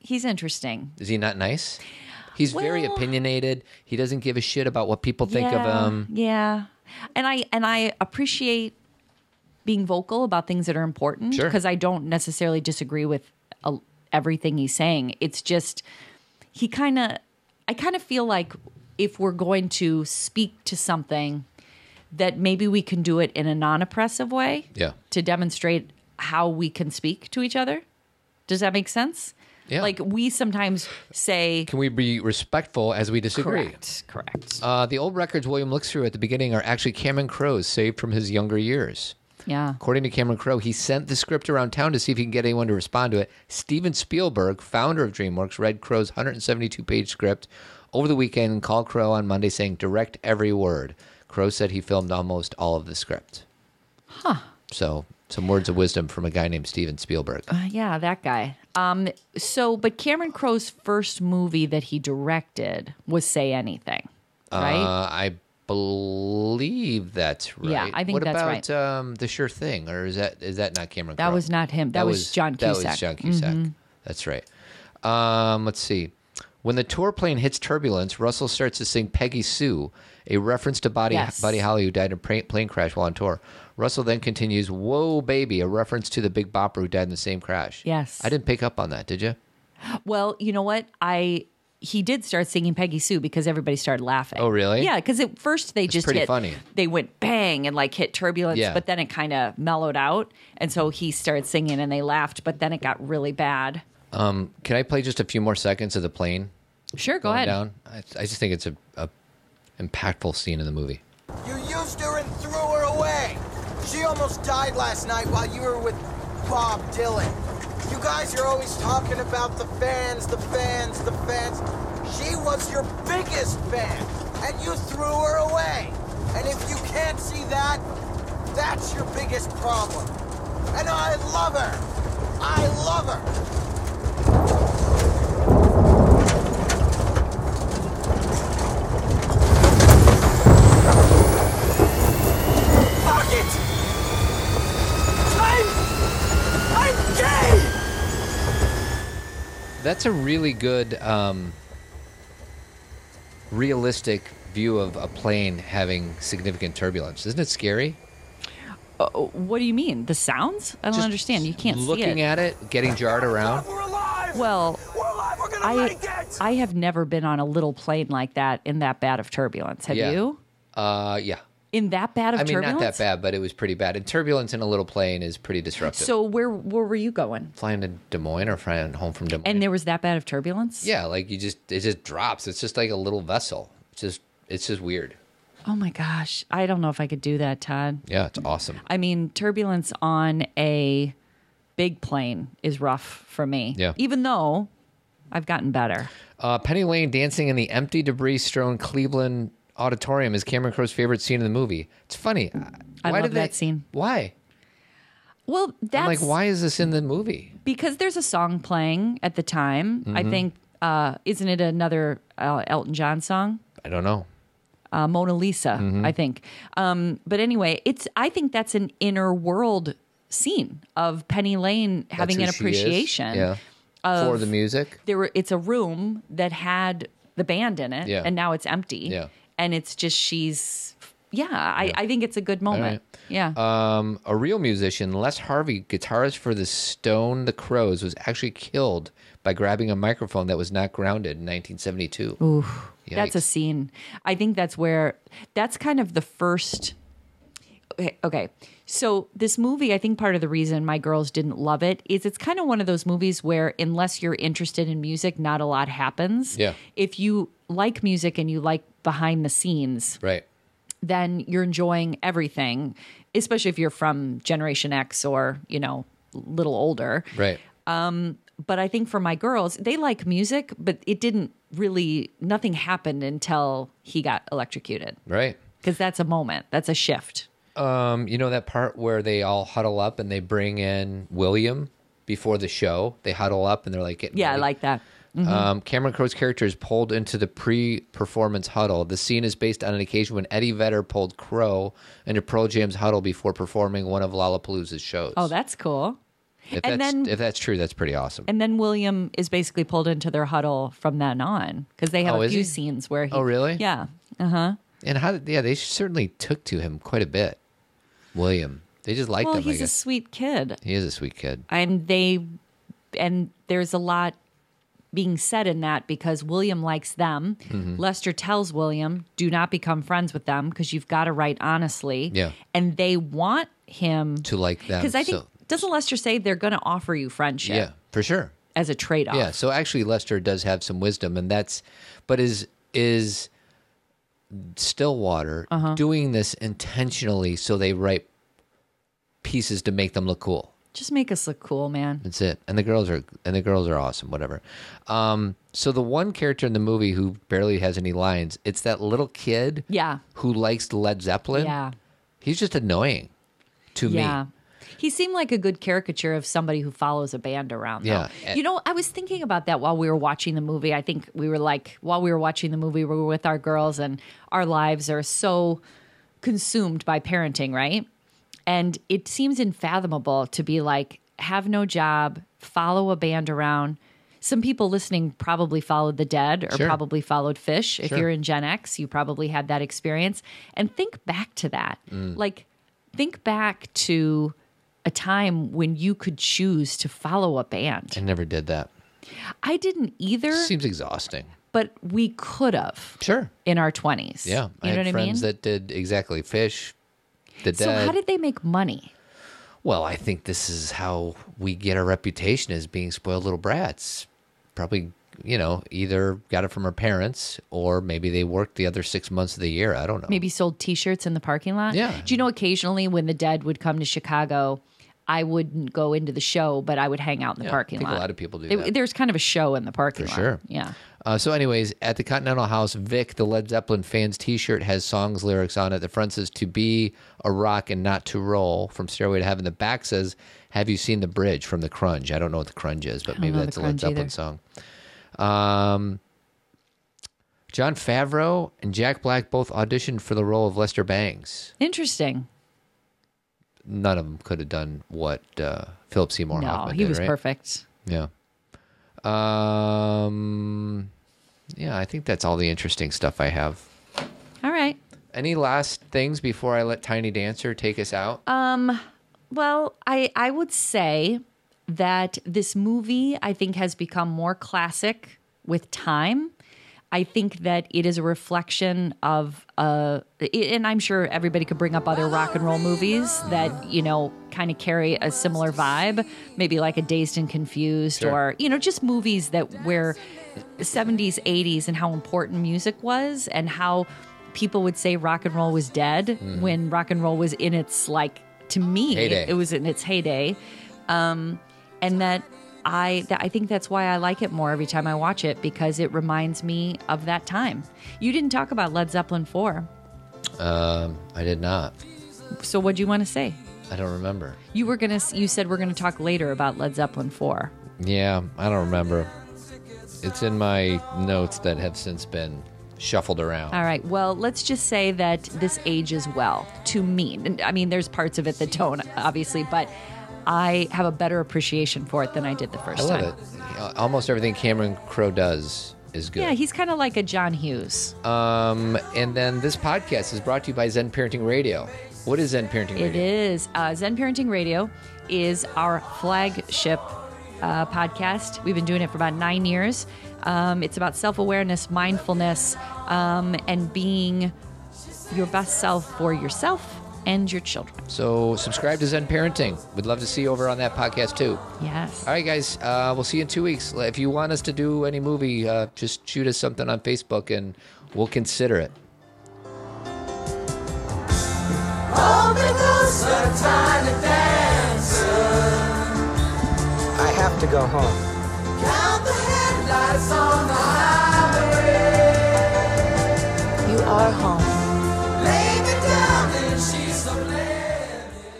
Speaker 2: he's interesting.
Speaker 1: Is he not nice? He's very
Speaker 2: Well-
Speaker 1: opinionated. He doesn't give a shit about what people think of um, him.
Speaker 2: Yeah, Yeah, and I and I appreciate being vocal about things that are important
Speaker 1: Sure.
Speaker 2: because I don't necessarily disagree with uh, everything he's saying. It's just he kind of, I kind of feel like if we're going to speak to something, that maybe we can do it in a non-oppressive way
Speaker 1: Yeah.
Speaker 2: to demonstrate how we can speak to each other. Does that make sense?
Speaker 1: Yeah.
Speaker 2: Like we sometimes say
Speaker 1: Can we be respectful as we disagree?
Speaker 2: Correct. Correct.
Speaker 1: Uh, the old records William looks through at the beginning are actually Cameron Crowe's saved from his younger years.
Speaker 2: Yeah.
Speaker 1: According to Cameron Crowe, he sent the script around town to see if he can get anyone to respond to it. Steven Spielberg, founder of DreamWorks, read Crowe's 172 page script over the weekend and called Crowe on Monday saying, direct every word. Crowe said he filmed almost all of the script.
Speaker 2: Huh.
Speaker 1: So, some words of wisdom from a guy named Steven Spielberg.
Speaker 2: Uh, yeah, that guy. Um, so, but Cameron Crowe's first movie that he directed was Say Anything, right?
Speaker 1: Uh, I believe that's right.
Speaker 2: Yeah, I think
Speaker 1: what
Speaker 2: that's
Speaker 1: about,
Speaker 2: right.
Speaker 1: um, the sure thing, or is that is that not Cameron?
Speaker 2: That
Speaker 1: Crowe?
Speaker 2: was not him. That was John
Speaker 1: That was
Speaker 2: Cusack.
Speaker 1: John Cusack.
Speaker 2: Mhm.
Speaker 1: That's right. Um, let's see. When the tour plane hits turbulence, Russell starts to sing "Peggy Sue," a reference to Buddy
Speaker 2: Yes.
Speaker 1: Buddy Holly, who died in a pra- plane crash while on tour. Russell then continues, "Whoa, baby," a reference to the Big Bopper who died in the same crash.
Speaker 2: Yes.
Speaker 1: I didn't pick up on that. Did you?
Speaker 2: well, you know what? I he did start singing Peggy Sue because everybody started laughing.
Speaker 1: Oh, really?
Speaker 2: Yeah, because at first they just
Speaker 1: pretty
Speaker 2: hit,
Speaker 1: funny.
Speaker 2: They went bang and like hit turbulence,
Speaker 1: Yeah.
Speaker 2: but then it kind of mellowed out, and so he started singing and they laughed, but then it got really bad.
Speaker 1: Um, can I play just a few more seconds of the plane?
Speaker 2: Sure, go
Speaker 1: going
Speaker 2: ahead.
Speaker 1: Down? I, I just think it's a, a impactful scene in the movie.
Speaker 6: You used her and threw her away. She almost died last night while you were with Bob Dylan. You guys are always talking about the fans, the fans, the fans. She was your biggest fan, and you threw her away. And if you can't see that, that's your biggest problem. And I love her. I love her.
Speaker 9: Fuck it! I'm. I'm gay!
Speaker 1: That's a really good, um, realistic view of a plane having significant turbulence. Isn't it scary?
Speaker 2: Uh, what do you mean? The sounds? I don't
Speaker 1: Just
Speaker 2: understand. You can't see it.
Speaker 1: Looking at it, getting jarred around.
Speaker 2: Well, I, I have never been on a little plane like that in that bad of turbulence. Have
Speaker 1: Yeah.
Speaker 2: you?
Speaker 1: Uh, yeah.
Speaker 2: In that bad of
Speaker 1: I mean,
Speaker 2: turbulence?
Speaker 1: not that bad, but it was pretty bad. And turbulence in a little plane is pretty disruptive.
Speaker 2: So where where were you going?
Speaker 1: flying to Des Moines or flying home from Des Moines.
Speaker 2: And there was that bad of turbulence?
Speaker 1: Yeah, like you just it just drops. It's just like a little vessel. It's just it's just weird.
Speaker 2: Oh my gosh. I don't know if I could do that, Todd.
Speaker 1: Yeah, it's awesome.
Speaker 2: I mean, turbulence on a big plane is rough for me.
Speaker 1: Yeah.
Speaker 2: Even though I've gotten better.
Speaker 1: Uh, Penny Lane dancing in the empty debris strewn Cleveland auditorium is Cameron Crowe's favorite scene in the movie. It's funny.
Speaker 2: Mm. I
Speaker 1: Why
Speaker 2: love
Speaker 1: did they-
Speaker 2: that scene.
Speaker 1: Why?
Speaker 2: Well, that's
Speaker 1: I'm like, why is this in the movie?
Speaker 2: because there's a song playing at the time. I
Speaker 1: Mhm.
Speaker 2: think uh, isn't it another uh, Elton John song?
Speaker 1: I don't know.
Speaker 2: uh, Mona Lisa,
Speaker 1: Mhm.
Speaker 2: I think. Um, but anyway, it's I think that's an inner world scene of Penny Lane
Speaker 1: That's
Speaker 2: having
Speaker 1: who
Speaker 2: an
Speaker 1: she is?
Speaker 2: appreciation.
Speaker 1: Yeah. for
Speaker 2: of-
Speaker 1: the music.
Speaker 2: There were it's a room that had the band in it,
Speaker 1: Yeah.
Speaker 2: and now it's empty.
Speaker 1: Yeah.
Speaker 2: and it's just she's. Yeah, I, I think it's a good moment.
Speaker 1: right.
Speaker 2: Yeah.
Speaker 1: Um, a real musician, Les Harvey, guitarist for the Stone the Crows, was actually killed by grabbing a microphone that was not grounded in 1972.
Speaker 2: Ooh, that's a
Speaker 1: Yikes.
Speaker 2: scene. I think that's where that's kind of the first. Okay, okay, so this movie, I think part of the reason my girls didn't love it is it's kind of one of those movies where unless you're interested in music, not a lot happens.
Speaker 1: Yeah.
Speaker 2: If you like music and you like behind the scenes,
Speaker 1: Right.
Speaker 2: then you're enjoying everything, especially if you're from Generation X or you know little older.
Speaker 1: Right.
Speaker 2: Um, but I think for my girls, they like music, but it didn't really, nothing happened until he got electrocuted.
Speaker 1: Right.
Speaker 2: Because that's a moment, that's a shift.
Speaker 1: Um, you know that part where they all huddle up and they bring in William before the show. They huddle up and they're like, getting
Speaker 2: Yeah, I
Speaker 1: ready.
Speaker 2: like that. Mhm.
Speaker 1: Um, Cameron Crowe's character is pulled into the pre-performance huddle. The scene is based on an occasion when Eddie Vedder pulled Crowe into Pearl Jam's huddle before performing one of Lollapalooza's shows.
Speaker 2: oh, that's cool.
Speaker 1: if
Speaker 2: and
Speaker 1: that's
Speaker 2: then-
Speaker 1: if that's true, that's pretty awesome.
Speaker 2: And then William is basically pulled into their huddle from then on because they have
Speaker 1: Oh,
Speaker 2: a
Speaker 1: is
Speaker 2: few
Speaker 1: he?
Speaker 2: scenes where he.
Speaker 1: Oh, really?
Speaker 2: Yeah. Uh huh.
Speaker 1: And how did yeah they certainly took to him quite a bit. William, they just liked
Speaker 2: well,
Speaker 1: him. I
Speaker 2: he's a
Speaker 1: guess
Speaker 2: sweet kid.
Speaker 1: he is a sweet kid.
Speaker 2: and they and there's a lot being said in that because William likes them.
Speaker 1: Mhm.
Speaker 2: Lester tells William, "Do not become friends with them because you've got to write honestly."
Speaker 1: Yeah.
Speaker 2: and they want him
Speaker 1: To like them,
Speaker 2: because I think
Speaker 1: so-
Speaker 2: doesn't Lester say they're going to offer you friendship?
Speaker 1: Yeah, for sure.
Speaker 2: as a trade off.
Speaker 1: Yeah, so actually Lester does have some wisdom and that's but is is Stillwater
Speaker 2: Uh-huh.
Speaker 1: doing this intentionally so they write pieces to make them look cool.
Speaker 2: Just make us look cool, man.
Speaker 1: That's it. And the girls are and the girls are awesome, whatever. Um so the one character in the movie who barely has any lines, it's that little kid
Speaker 2: Yeah,
Speaker 1: who likes Led Zeppelin.
Speaker 2: Yeah.
Speaker 1: He's just annoying to
Speaker 2: yeah.
Speaker 1: me.
Speaker 2: He seemed like a good caricature of somebody who follows a band around. though.
Speaker 1: Yeah.
Speaker 2: You know, I was thinking about that while we were watching the movie. I think we were like, while we were watching the movie, we were with our girls, and our lives are so consumed by parenting, right? And it seems unfathomable to be like, have no job, follow a band around. Some people listening probably followed the dead or
Speaker 1: Sure.
Speaker 2: probably followed fish. If
Speaker 1: Sure.
Speaker 2: you're in Gen X, you probably had that experience. And think back to that.
Speaker 1: Mm.
Speaker 2: Like, think back to a time when you could choose to follow a band.
Speaker 1: I never did that.
Speaker 2: I didn't either,
Speaker 1: Seems exhausting.
Speaker 2: but we could have.
Speaker 1: Sure.
Speaker 2: In our 20s.
Speaker 1: Yeah.
Speaker 2: You know
Speaker 1: I had
Speaker 2: what I mean?
Speaker 1: friends that did exactly fish, the
Speaker 2: so,
Speaker 1: dead.
Speaker 2: how did they make money?
Speaker 1: Well, I think this is how we get our reputation as being spoiled little brats. Probably, you know, either got it from our parents or maybe they worked the other six months of the year. I don't know.
Speaker 2: Maybe sold t shirts in the parking lot?
Speaker 1: Yeah.
Speaker 2: Do you know occasionally when the dead would come to Chicago? I wouldn't go into the show, but I would hang out in the
Speaker 1: Yeah, I
Speaker 2: parking
Speaker 1: think a
Speaker 2: lot.
Speaker 1: lot of people do
Speaker 2: They-
Speaker 1: that.
Speaker 2: There's kind of a show in the parking lot.
Speaker 1: sure.
Speaker 2: Yeah.
Speaker 1: Uh, so, anyways, at the Continental House, Vic, the Led Zeppelin fans t shirt, has songs, lyrics on it. The front says, To be a rock and not to roll from Stairway to Heaven. The back says, Have you seen the bridge from the Crunch? I don't know what the Crunch is, but
Speaker 2: don't
Speaker 1: maybe
Speaker 2: know the
Speaker 1: that's a Led
Speaker 2: Crunch either.
Speaker 1: Zeppelin song. Um, John Favreau and Jack Black both auditioned for the role of Lester Bangs.
Speaker 2: Interesting.
Speaker 1: None of them could have done what uh, Philip Seymour
Speaker 2: no,
Speaker 1: Hoffman
Speaker 2: he
Speaker 1: did,
Speaker 2: was
Speaker 1: right?
Speaker 2: perfect.
Speaker 1: Yeah. Um, yeah, I think that's all the interesting stuff I have.
Speaker 2: All right.
Speaker 1: Any last things before I let Tiny Dancer take us out?
Speaker 2: Um, well, I I would say that this movie I think has become more classic with time. I think that it is a reflection of uh, it- and I'm sure everybody could bring up other rock and roll movies that you know kind of carry a similar vibe, maybe like a Dazed and Confused
Speaker 8: Sure.
Speaker 2: or you know just movies that where 70s, 80s, and how important music was, and how people would say rock and roll was dead
Speaker 8: Mhm.
Speaker 2: when rock and roll was in its like to me,
Speaker 8: Heyday.
Speaker 2: it was in its heyday, um, and that I that I think that's why I like it more every time I watch it because it reminds me of that time. You didn't talk about Led Zeppelin four,
Speaker 1: Um, I did not.
Speaker 2: so what do you want to say?
Speaker 1: I don't remember.
Speaker 2: You were gonna s- you said we're gonna talk later about Led Zeppelin four.
Speaker 1: Yeah, I don't remember. It's in my notes that have since been shuffled around.
Speaker 2: All right. Well, let's just say that this ages well to me. And, I mean, there's parts of it that don't, obviously, but I have a better appreciation for it than I did the first
Speaker 1: I love
Speaker 2: time.
Speaker 1: it. Almost everything Cameron Crowe does is good.
Speaker 2: Yeah, he's kind of like a John Hughes.
Speaker 1: Um, and then this podcast is brought to you by Zen Parenting Radio. What is Zen Parenting
Speaker 2: It
Speaker 1: Radio?
Speaker 2: is. Uh, Zen Parenting Radio is our flagship uh, podcast. We've been doing it for about nine years. Um, it's about self awareness, mindfulness, um, and being your best self for yourself and your children.
Speaker 1: So subscribe to Zen Parenting. We'd love to see you over on that podcast too.
Speaker 2: Yes.
Speaker 1: All right, guys. Uh, we'll see you in two weeks. If you want us to do any movie, uh, just shoot us something on Facebook and we'll consider it.
Speaker 17: Hold me closer, tiny dancer.
Speaker 21: I have to go home.
Speaker 17: Count the headlights on the highway. You are home. Lay me down and she's the blame.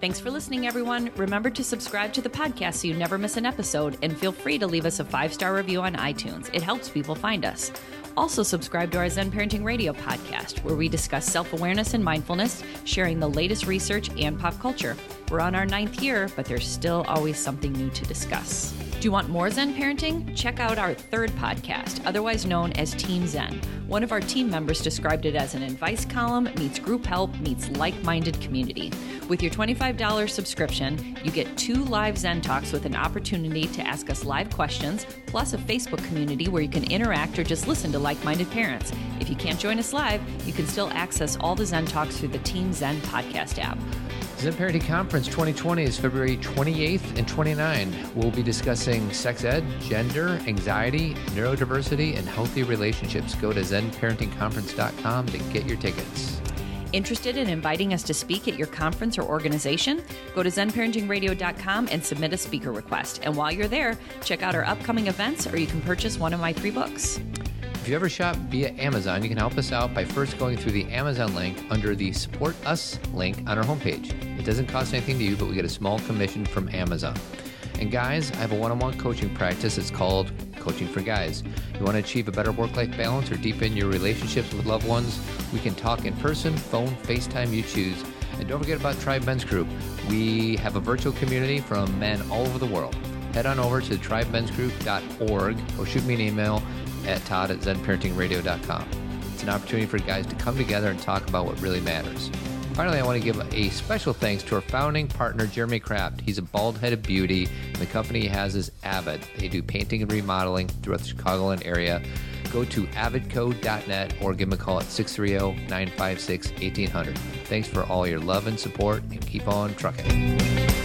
Speaker 2: Thanks for listening, everyone. Remember to subscribe to the podcast so you never miss an episode, and feel free to leave us a five star review on iTunes. It helps people find us. Also, subscribe to our Zen Parenting Radio podcast, where we discuss self awareness and mindfulness, sharing the latest research and pop culture. We're on our ninth year, but there's still always something new to discuss. Do you want more Zen parenting? Check out our third podcast, otherwise known as Team Zen. One of our team members described it as an advice column meets group help meets like minded community. With your $25 subscription, you get two live Zen talks with an opportunity to ask us live questions, plus a Facebook community where you can interact or just listen to like minded parents. If you can't join us live, you can still access all the Zen talks through the Team Zen podcast app.
Speaker 1: Zen Parenting Conference 2020 is February 28th and 29th. We'll be discussing sex ed, gender, anxiety, neurodiversity, and healthy relationships. Go to zenparentingconference.com to get your tickets.
Speaker 2: Interested in inviting us to speak at your conference or organization? Go to zenparentingradio.com and submit a speaker request. And while you're there, check out our upcoming events or you can purchase one of my three books.
Speaker 1: If you ever shop via Amazon, you can help us out by first going through the Amazon link under the Support Us link on our homepage. It doesn't cost anything to you, but we get a small commission from Amazon. And guys, I have a one on one coaching practice. It's called Coaching for Guys. You want to achieve a better work life balance or deepen your relationships with loved ones? We can talk in person, phone, FaceTime, you choose. And don't forget about Tribe Men's Group. We have a virtual community from men all over the world. Head on over to tribemensgroup.org or shoot me an email at todd at zenparentingradio.com. It's an opportunity for guys to come together and talk about what really matters. Finally, I want to give a special thanks to our founding partner, Jeremy Kraft. He's a bald headed beauty, and the company he has is Avid. They do painting and remodeling throughout the Chicagoland area. Go to avidco.net or give them a call at 630 956 1800. Thanks for all your love and support, and keep on trucking.